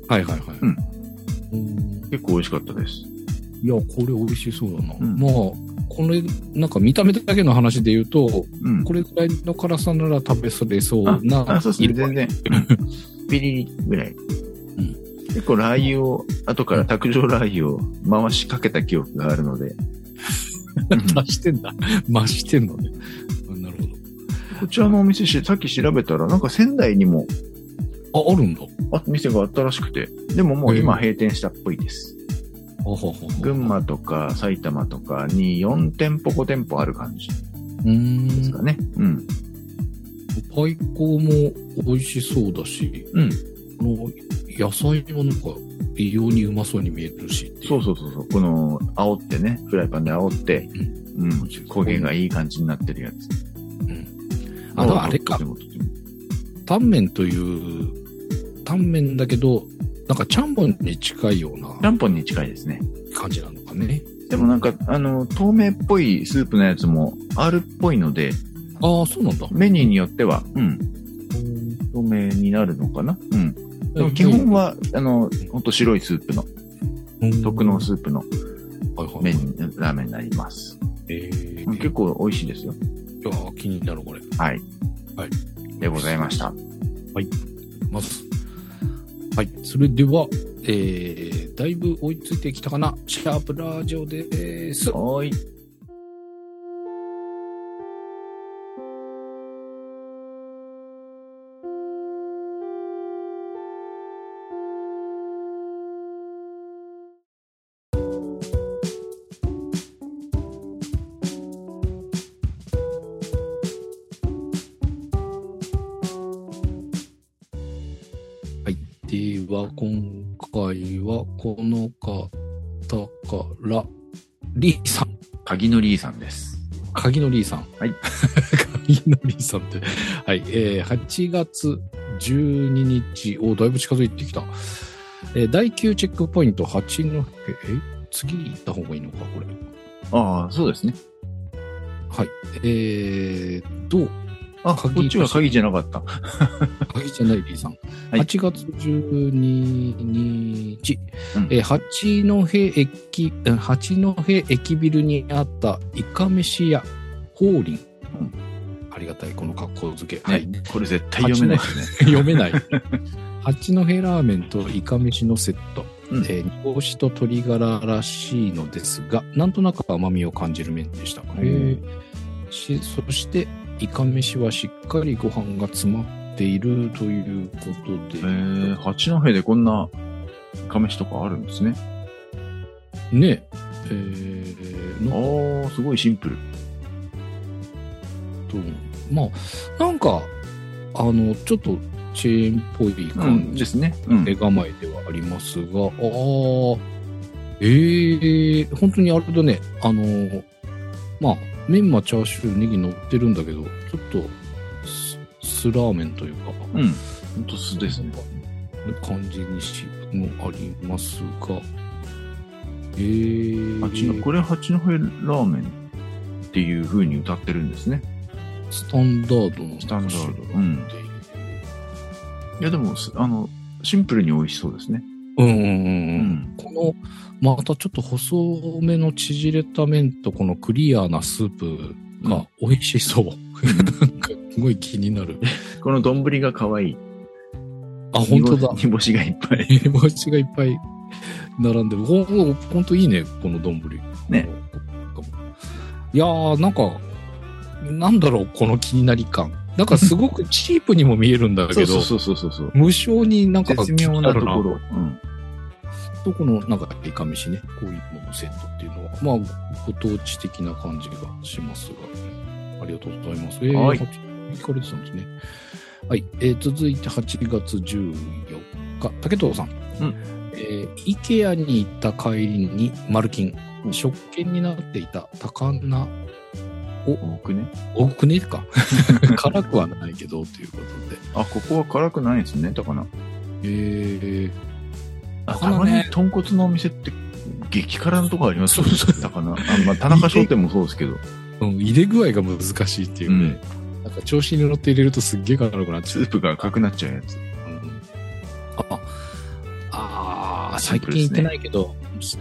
はいはいはい。
うん
うん
結構美味しかったです。
いや、これ美味しそうだな。
うん
まあ、これ、なんか見た目だけの話で言うと、
うん。
これぐらいの辛さなら食べそれそうな。
あ、そうですね、
色合
全
い
然。ピリリぐらい。
ん
結構ラー油を、後から卓上ラー油を回しかけた記憶があるので。うん
足してんだ。 増してんのね。あなる
こちらのお店し、さっき調べたら、なんか仙台にも
ほど。あ、あるんだ。
あ店があったらしくて、でももう今
へ
閉店したっぽいです。
あははは
群馬とか埼玉とかに4店舗5店舗ある感じ
うーん。
ですかね。うん。
パイコーも美味しそうだし、
うん。
あの野菜もなんか異様にうまそうに見えるしってい
そうそうそうそう。この、煽ってね、フライパンで煽って、うん。焦げがいい感じになってるやつ。
あでもあれか
とてもとても
タンメンという、タンメンだけど、なんかちゃんぽんに近いよう
ちゃ
なん
ぽんに近いですね。
感じなのかね。
でもなんか、あの、透明っぽいスープのやつもあるっぽいので、
ああ、そうなんだ。
メニューによっては、うん、透明になるのかなうん。でも基本は、あの、ほんと白いスープの、
うん、
特納スープの
はいはいはい
麺、ラーメンになります。
えー
うん結構美味しいですよ。
いやー気になるこれ。
はい。
はい。
でございました。
まず。はい。それでは、えー、だいぶ追いついてきたかな。シャープラジオです。
はーい。
では、今回はこの方から、リーさん。
鍵のリーさんです。
鍵のリーさん。
はい。
鍵のリーさんって。はい。えー、8月12日。お、だいぶ近づいてきた。えー、第9チェックポイント八の、え、え次行った方がいいのか、これ。
ああ、そうですね。
はい。えー、と、
あ、こ
鍵
っちは鍵じゃなかった。
鍵じゃない B さん。
はい
8月12日、
うん
えー八戸駅、うん八戸駅ビルにあったイカ飯屋、法輪。
うん
ありがたい、この格好付け。はい。
ねこれ絶対読めないですね。
読めない。八戸ラーメンとイカ飯のセット。
うん
えー煮干しと鶏ガラらしいのですが、なんとなく甘みを感じる麺でした。
ー
しそして、イカ飯はしっかりご飯が詰まっているということで
え、ー、八戸でこんな、亀しとかあるんですね。
ねえー、なんか
ああ、すごいシンプル。
と、まあ、なんか、あの、ちょっとチェーンっぽい感じ
ですね。うん
手構えではありますが、ああ、ええ本当にあれだね、あのー、まあ、メンマ、チャーシュー、ネギ乗ってるんだけど、ちょっとす、酢ラーメンというか、
うん。ほんと素ですね。
感じにしもありますが、ええ
八のこれ八戸ラーメンっていう風に歌ってるんですね。
スタンダードの
スタンダード。うん。
っていう
いや、でも、すあの、シンプルに美味しそうですね。
うんうんうん
う
うん。この、またちょっと細めの縮れた麺とこのクリアなスープが美味しそう。なんかすごい気になる。
この丼が可愛い。
あ、本当だ
煮干。煮干しがいっぱ い。
煮干しがいっぱい並んでる。ほんほんほんといいね、この丼。
ね。
いやー、なんか、なんだろう、この気になり感。なんかすごくチープにも見えるんだけ
そ
ど
う、そうそうそうそう。
無性になんか
絶妙なと
気に
こ
る
ろ。うん。
なとこの、なんか、いかめしね、こういうものセットっていうのは、まあ、ご当地的な感じがしますが、ありがとうございます。えー、
はい
聞かれてたんですね。はい、えー続いて8月14日、竹藤さん。
うん
えー、IKEA に行った帰りに、マルキン、
うん
食券になっていた高菜
僕ね。
多くねえか 辛くはないけどということで。
あ、ここは辛くないですね、高菜。
え
あ、
高
た
菜ね
まに豚骨のお店って激辛のとこありますよね
そうそ
高菜。あ、まあ、田中商店もそうですけど。
ー、うん、入れ具合が難しいっていうね。なんか調子に乗って入れるとすっげえ辛くなっ
ス
ちゃう。
ープが赤くなっちゃうやつ。
うんああー、
シン
最
プル
近
ですね
行ってないけど、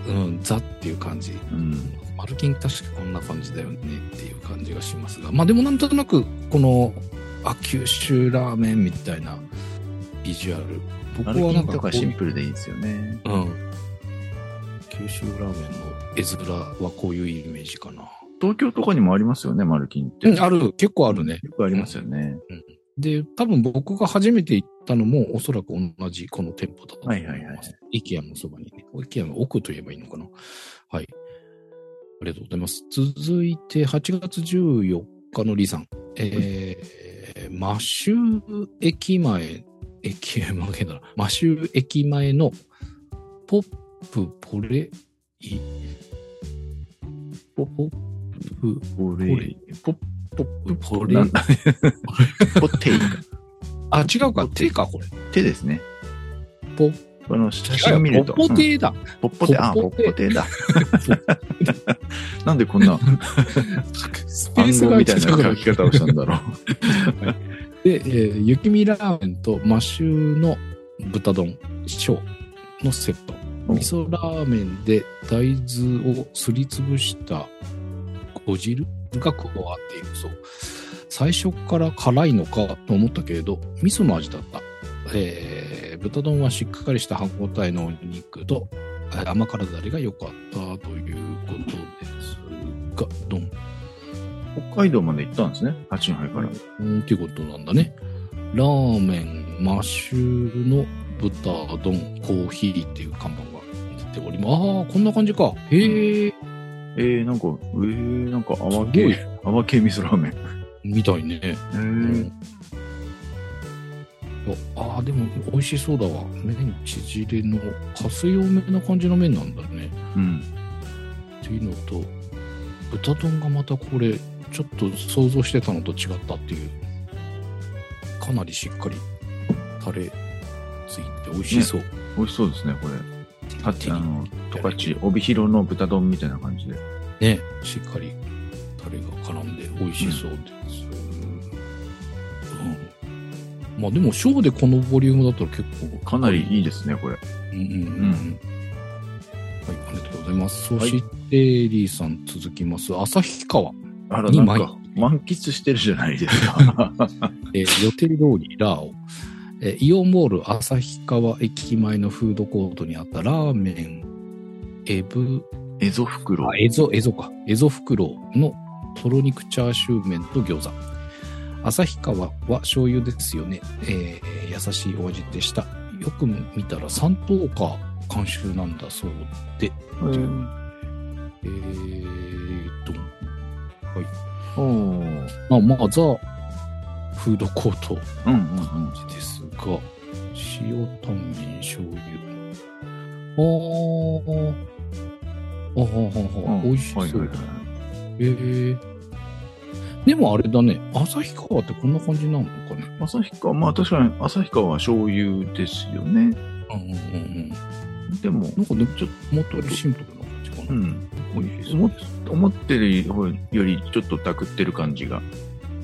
うん、ザっていう感じ。
うん。
マルキン確かこんな感じだよねっていう感じがしますが、まあでもなんとなく、この、あ、九州ラーメンみたいなビジュアル。
ア
僕
ル
は
キ
なん
ン
か
と
こ
か
う
シンプルでいいですよね。
うん。九州ラーメンの絵面はこういうイメージかな。
東京とかにもありますよね、マルキンって。
ある、結構あるね。
よくありますよね。
で、多分僕が初めて行ったのもおそらく同じこの店舗だと思います。
はいはいはい
イケアのそばにね。イケアの奥と言えばいいのかな。はい。ありがとうございます。続いて8月14日のリさん。えー、マシュー駅前、駅前だな。マシュー駅前のポップポレイ、ポップ
ポレイ。ポッポップ
ポ
ポ
レ
レ
イ
イ。 ポテイか。
あ、違うか。手か、これ。
手ですね。
ポ
この写真見ると。
ポッポ
うん
テだ。
ポッポテ、あ、
ポ
ポ
ッポテ
ッポテだ。 なんでこんな
スペー
暗
ス
号
が
みたいな書き方をしたんだろう。
で、えー雪見ラーメンとマシューの豚丼、小のセット。
うん
味噌ラーメンで大豆をすりつぶしたお汁が加わっているそう。最初から辛いのかと思ったけれど、味噌の味だった。えー豚丼はしっかりした歯ごたえのお肉とえー甘辛だれが良かったということですが、どん
北海道まで行ったんですね。八戸から。
うん、っていうことなんだね。ラーメン、マッシューの豚丼、コーヒーっていう看板が出ております。ああ、こんな感じか。へえ、
えー、なんか、えー、なんか泡
すごい
系、泡系味噌ラーメン。
みたいね。
え
う
ー、
ん、ああ、でも美味しそうだわ。麺縮れの、かすよめな感じの麺なんだね。
うん。
っていうのと、豚丼がまたこれ、ちょっと想像してたのと違ったっていう、かなりしっかりタレついて美味しそう。
美味しそうですね、これ。あ
手
あ
に
の、十勝、帯広の豚丼みたいな感じで。
ね、しっかりタレが絡んで美味しそうです。うん。まあでも、ショーでこのボリュームだったら結構。
かなりいいですね、これ。
うんうんうん
うん
はい、ありがとうございます。そ
はい
して、リーさん続きます。旭川。
あら、
二
なん
枚
か、満喫してるじゃないですか。
えー予定通りラーを、えーイオンモール旭川駅前のフードコートにあったラーメン、 エブ、
エゾフクロ
あ、エゾ、エゾか。エゾフクロウのとろ肉チャーシュー麺と餃子。旭川は醤油ですよね。えー優しいお味でした。よく見たら三等か監修なんだそうで。
うん
えーっと、
おー
まあまあ、ザ、フードコート
うんうんうん。
ですが、塩タンメン醤油。ああ。ああ、ああ、ああ、美味しそう。
はいはいはい
えーでもあれだね、旭川ってこんな感じなのかね。
旭川、まあ確かに旭川は醤油ですよね。
うんうんうん。
でも、
なんかね、
ちょっ
もっとよりシンプルな感じか
と、う
な。
ん。
美味しそう
思っ思ってるよりちょっとたくってる感じが。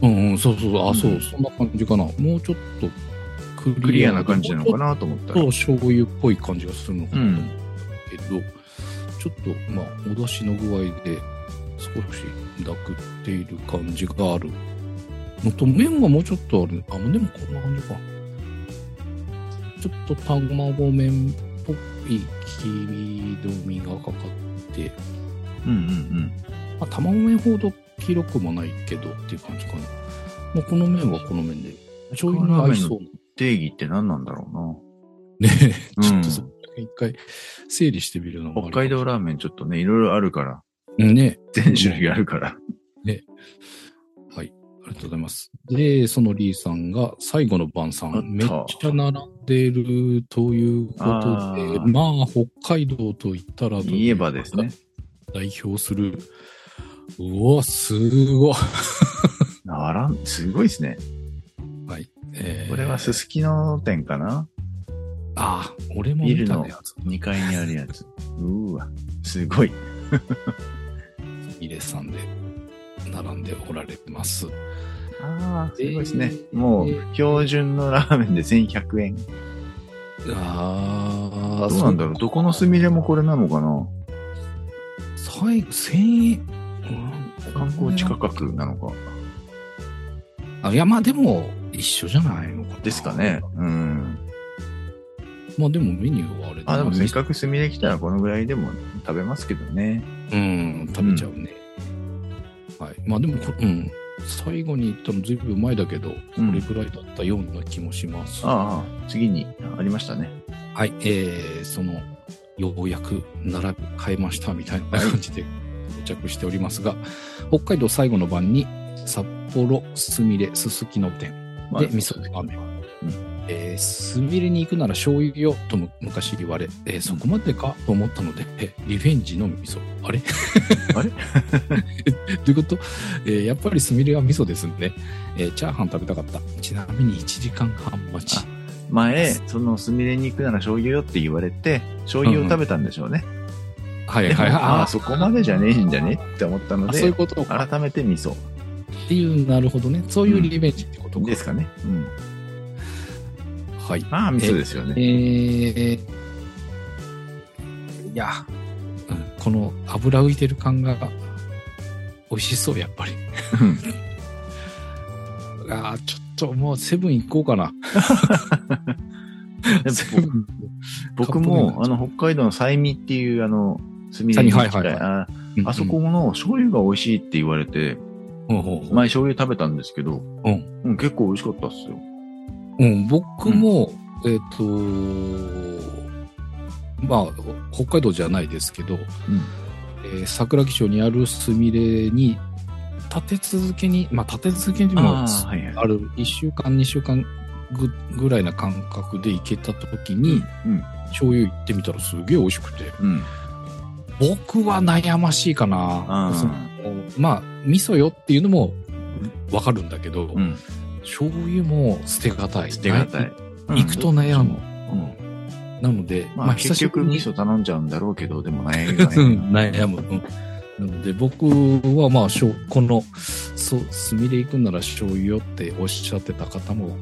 うんうん、そうそうそう、あ、そうう、
ん
そんな感じかな。もうちょっとク
クリアな感じなのか
な
なと思った
ち
ら。
ょっと醤油っぽい感じがするのか
う
な、
ん。
けど、ちょっと、まあ、お出汁の具合で少しだくっている感じがあるのと、麺はもうちょっとある。あ、でもこんな感じか。ちょっと卵麺っぽい黄みがかかって、
うんうん
まあ、卵麺ほど黄色くもないけどっていう感じかな。もうこの麺はこの麺で。醤油の合いそう
うん。定義って何なんだろ
な。ね
うな。
ち
う
ょ
ん
っと。その辺一回整理してみるのもあ
北
り
海道ラーメンちょっとね、いろいろあるから。
ね。
全種類あるから。
ありがとうございます。で、そのリーさんが最後の晩
あっ
餐
た、
めっちゃ並んでるということで、
あー
まあ、北海道と言ったら、
言えばですね。。
代表する、うわ、すごい。
ならん、すごいですね。
えー
これはすすきの店かな
ああ、俺も
ビ
見
ル
た
の
ね。
2階にあるやつ。うーわ、すごい。
ミレさんで並んでおられます。
ああ、すごいですね。
えー
もう、標準のラーメンで1100円。
ああ、
どうなんだろうどこのスミレもこれなのかな
最後、千円。うん
観光地価格なのか。
あいや、まあでも、一緒じゃないのかな
ですかね。うん。
まあでもメニューはあれだ
あ、
な
でもせっかくスミレ来たらこのぐらいでも食べますけどね。
うん、食べちゃうね。はい。まあでもこ、うん。最後に行ったのずいぶん前だけど、こ
うん
れぐらいだったような気もします。
ああ、次にありましたね。
はい。えー、その、ようやく並び変えましたみたいな感じで到着しておりますが、北海道最後の晩に、札幌、すみれ、すすきの店
まあ
で、味噌飴。
う
えー、すみれに行くなら醤油よとむ昔言われ、えーそこまでかと思ったので、えリベンジの味噌。あれ
あれ
どういうこと、えーやっぱりすみれは味噌ですね、えーチャーハン食べたかった。ちなみに1時間半待ち
あ。前、そのスミレに行くなら醤油よって言われて、醤油を食べたんでしょうね。
はい
でも
はい。
ああ、そこまでじゃねえんじゃねって思ったの
あそういう
で、
ことか
改めて味噌
っていう、なるほどね。そういうリベンジってことか。
ですかね。うん。
はい。
まあ、味噌ですよね。
えー、いや、うんこの油浮いてる感が美味しそう、やっぱり。
うん
ああ、ちょっともうセブン行こうかな。
で
セブン。
僕
カップ麺
も、
が
あの、北海道のサイミっていう、あの、スミレ
サイ
に行
ミはい
きた
はい
い
はい
ああそこの醤油が美味しいって言われて、
うんうん、うんうん
前醤油食べたんですけど、
う
うん、結構美味しかったっすよ。
うん、僕も、えっ、とまあ、北海道じゃないですけど、えー桜木町にあるすみれに、立て続けに、まあ、立て続けにも
ああ、はいはい。
ある1週間2週間ぐぐらいな感覚で行けた時に、
うん、
醤油行ってみたらすげえ美味しくて
うん、
僕は悩ましいかな、
うん
そのまあ味噌よっていうのもわかるんだけど、
うん。
醤油も捨てがたい
捨てがたい。うん
行くと悩
う
む、
ん。
なので、
まあ、結局味
噌
噌頼んじゃうんだろうけど、でも 悩み
悩む、うん、なので僕はまあしょこのそすみれ行くなら醤油よっておっしゃってた方も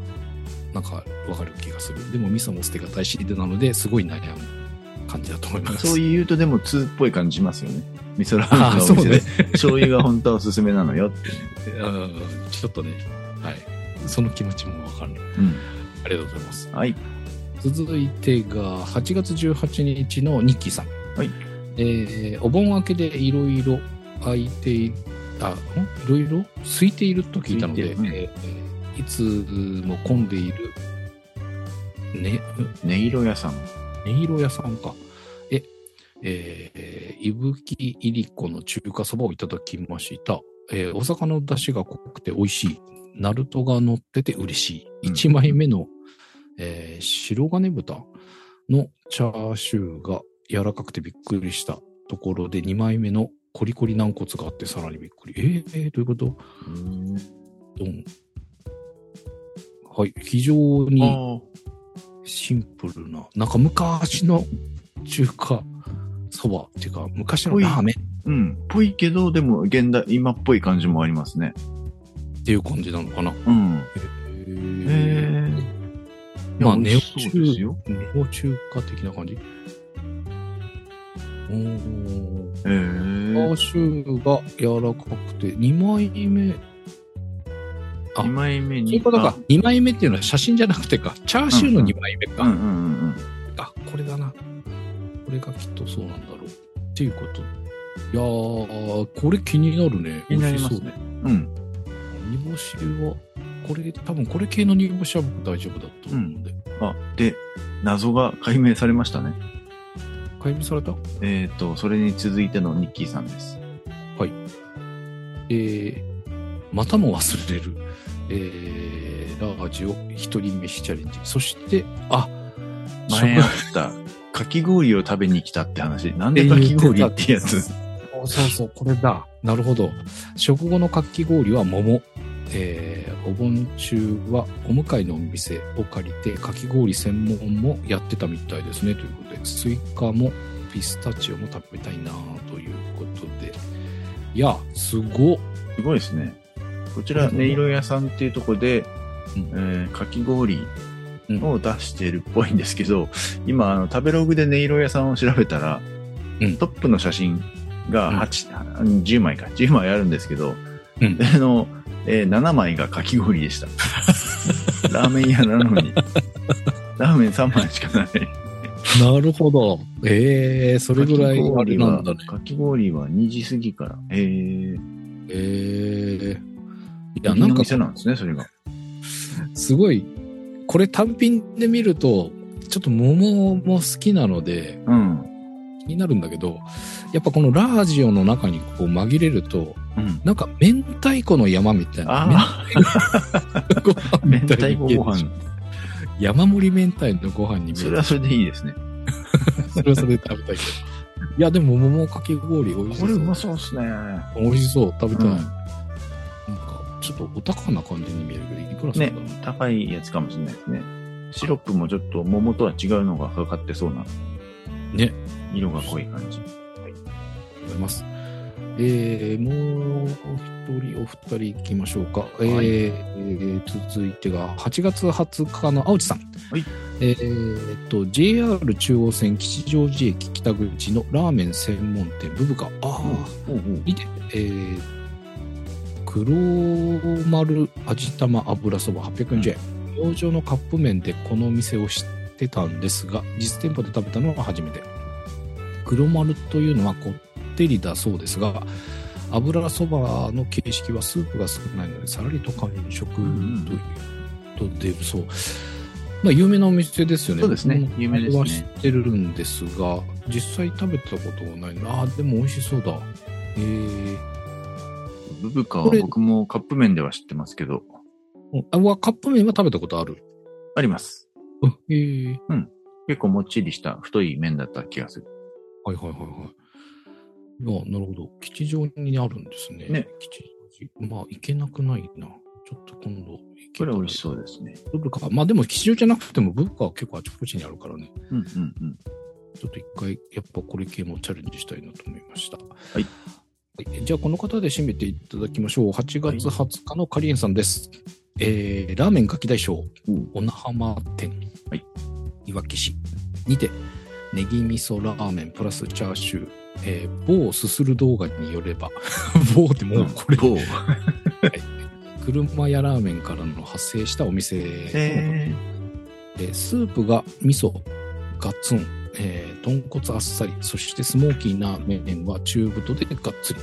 なんかわかる気がするでも味噌も捨てがたいしでなのですごい悩む感じだと思います
そう言うとでも通っぽい感じしますよね。味噌ラーメンのお
あーそ
店
う
で、
ね
醤油が本当はおすすめなのよって。
うんちょっとねはいその気持ちもわかる
うん。
あ りがとうございます
はい。
続いてが8月18日のニッキーさん、
はい
えーお盆明けでいろいろ空いていあんいろいろ空いていると聞いたので、
空いて
えーいつも混んでいる、ね、
音色屋さん。
音色屋さんかええー、いぶきいりこの中華そばをいただきました、えーお魚の出汁が濃くて美味しいナルトが乗ってて嬉しい
うん
1枚目の、えー白金豚のチャーシューが柔らかくてびっくりしたところで2枚目のコリコリ軟骨があってさらにびっくりえー、えー、どういうことどんはい非常に
あ
シンプルな、なんか昔の中華そばっていうか、昔のラーメン
あ。うん。ぽいけど、でも現代、今っぽい感じもありますね。
っていう感じなのかな。
うん。へ
へ
え。や
まあ、
美
ネオ
味しそうです
中、
よ。
ネオ中華的な感じ。おー。
ええ
チャーシューが柔らかくて、2枚目、あ
2枚目
そうい
に。
うことか
あ。
2枚目っていうのは写真じゃなくてか、チャーシューの2枚目か。
うんうんうんうん。
あ、これだな。これがきっとそうなんだろう。っていうこと。いやー、これ気になるね。
気になります
美味
ね
し。
うん。
そう。煮干しは、これ、多分これ系の煮干しは僕大丈夫だと思うんで。
あ、で、謎が解明されましたね。
解明された
えっ、と、それに続いてのニッキーさんです。
えー、またも忘れる、えー、ラージを一人飯チャレンジ。そして、あ、
前あ
食
った、かき氷を食べに来たって話。なんでかき氷ってやつ。
そうそう、これだ。なるほど。食後のかき氷は桃。えー、お盆中はお向かいのお店を借りて、かき氷専門もやってたみたいですね。ということで、スイカもピスタチオも食べたいなということで。いや、すごっ。
すごいですね。こちら、音色屋さんっていうとこで、
うん
えーかき氷を出しているっぽいんですけど、今、あの、食べログで音色屋さんを調べたら、
うん
トップの写真が8、10枚か、10枚あるんですけど、
うん
あの、えー7枚がかき氷で した。ラーメン屋なのに。ラーメン3枚しかない。
なるほど。ええー、それぐらいあれなんだね。
かき氷は2時過ぎから。えー、
ええー。い
いや、
や、
な
なんん
か。
か、
店なんですね、それが。
すごい、これ単品で見ると、ちょっと桃も好きなので、
うん。
気になるんだけど、やっぱこのラージオの中にこう紛れると、
うん。
なんか明太子の山みたいな。
あ
明太
あ、明太子ご
に
飯。
山盛り明太のご飯に見
そ
え
れ
る
は。それでいいですね。
それはそれで食べたいけど。いや、でも桃かき氷美味しそう。
そうですね。
美味しそう。食べたい。
うん
なんか、ちょっとお高な感じに見えるけど、いくらするんだろう、
高いやつかもしれないですね。シロップもちょっと桃とは違うのがかかってそうな。
ね。
色が濃い感じ。
思います。えー、もうお一人お二人行きましょうか。え
はい
ーえー続いてが8月20日の青地さん。
はい
えーっと、JR 中央線吉祥寺駅北口のラーメン専門店ブブカ。ああ、
おうおう
にて、えー、黒丸味玉油そば840円、明星のカップ麺でこのお店を知ってたんですが実店舗で食べたのは初めて黒丸というのはこってりだそうですが油そばの形式はスープが少ないのでさらりと完食と
ん
いうことで、そうまあ有名なお店ですよね
そうですね有名ですね
僕は知ってるんですが実際食べたことがないなあーでも美味しそうだえー、
ブブカ
こ
は
れ
僕もカップ麺では知ってますけど、
あうわカップ麺は食べたことある。
あります。
えー、
結構もっちりした太い麺だった気がする。
はいはいはいはい。いや、なるほど。吉祥寺にあるんですね。
ね。
吉祥寺。まあ、行けなくないな。ちょっと今度行け
こ
た
れ
ら
は美味しそうですね。
ブブカ。まあでも吉祥寺じゃなくても、ブブカは結構あちこちにあるからね。
うんうんうん。
ちょっと一回、やっぱこれ系もチャレンジしたいなと思いました。
い
はい。じゃあ、この方で締めていただきましょう。8月20日のカリエンさんです。えー、ラーメンガキ大将、
うん
小名浜店、
はい、
いわき市にて、ネギ味噌ラーメンプラスチャーシュー、えー、某すする動画によれば、 某ってもうこれ、
どう
車やラーメンからの派生したお店のことです
え
えースープが味噌、ガツン、えー豚骨あっさり、そしてスモーキーな麺は中太でがっつり。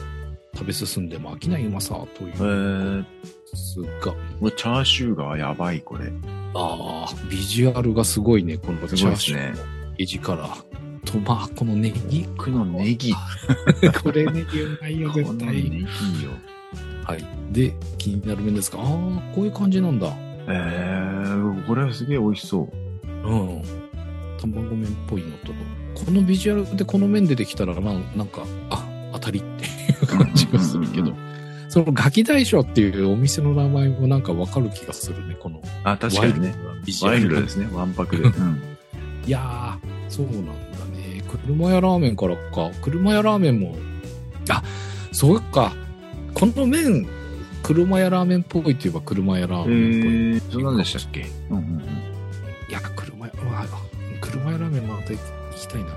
食べ進んでも飽きないうまさという
ー、えー、
ですが、
もうチャーシューがやばい、これ。
あービジュアルがすごいね、このチャーシュー
す
の絵力。と、まあ、このネギ。
肉のネギ。こ
これネギうまいよ、
の
絶
ネギ
対。
よ。
はい。で、気になる麺ですが、ああ、こういう感じなんだ。
えー、これはすげえ美味しそう。
うん。卵麺っぽいのと、このビジュアルでこの麺出てきたら、まあ、なんか、あ、当たりっていう感じがするけ
うんうん
ど
う、
そのガキ大将っていうお店の名前もなんかわかる気がするね、この
あ、確かにね。
ビジュア
ワ
ル。
イルドですね、わんぱくで。うん。
いやー、そうなんだね。車屋ラーメンからか。車屋ラーメンも、あ、そうか。この麺、車屋ラーメンっぽいといえば車屋ラーメンっぽい。
そんなんでしたっけうんうんうん。
いや、めまた行きたいな。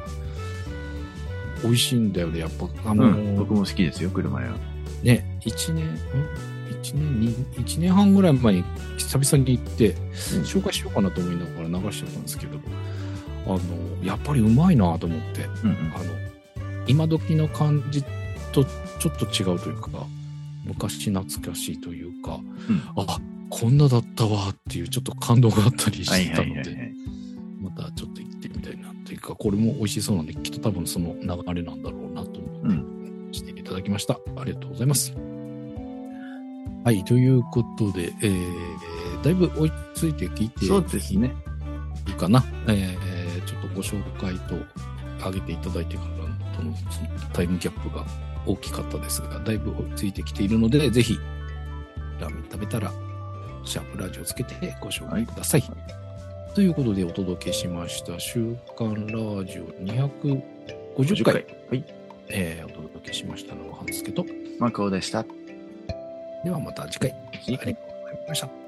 美味しいんだよね、やっぱ。あ
う
の、
ん、僕も好きですよ、車屋。
ね、1年、ん1年、に一年半ぐらい前に久々に行って、紹介しようかなと思いながら流してたんですけど、あの、やっぱりうまいなと思って、
うんうん
あの、今時の感じとちょっと違うというか、昔懐かしいというか、
うん
あ、こんなだったわっていうちょっと感動があったりし
はい
て
は
た
いは
の
いは
で、
い。
またちょっと行ってみたいなっていうか、これも美味しそうなんで、きっと多分その流れなんだろうなと思
う
って、していただきました。ありがとうございます。はい、ということで、えー、だいぶ追いついて聞いて
そうですね。
いいかな、えーちょっとご紹介と上げていただいてからとのそのタイムギャップが大きかったですが、だいぶ追いついてきているので、ぜひ、ラーメン食べたら、シャープラジオつけてご紹介ください。ということでお届けしました、週刊ラジオ250回、
はい。
えーお届けしましたのは、半助と、
マカオでした。
ではまた次回、ありがとうございました。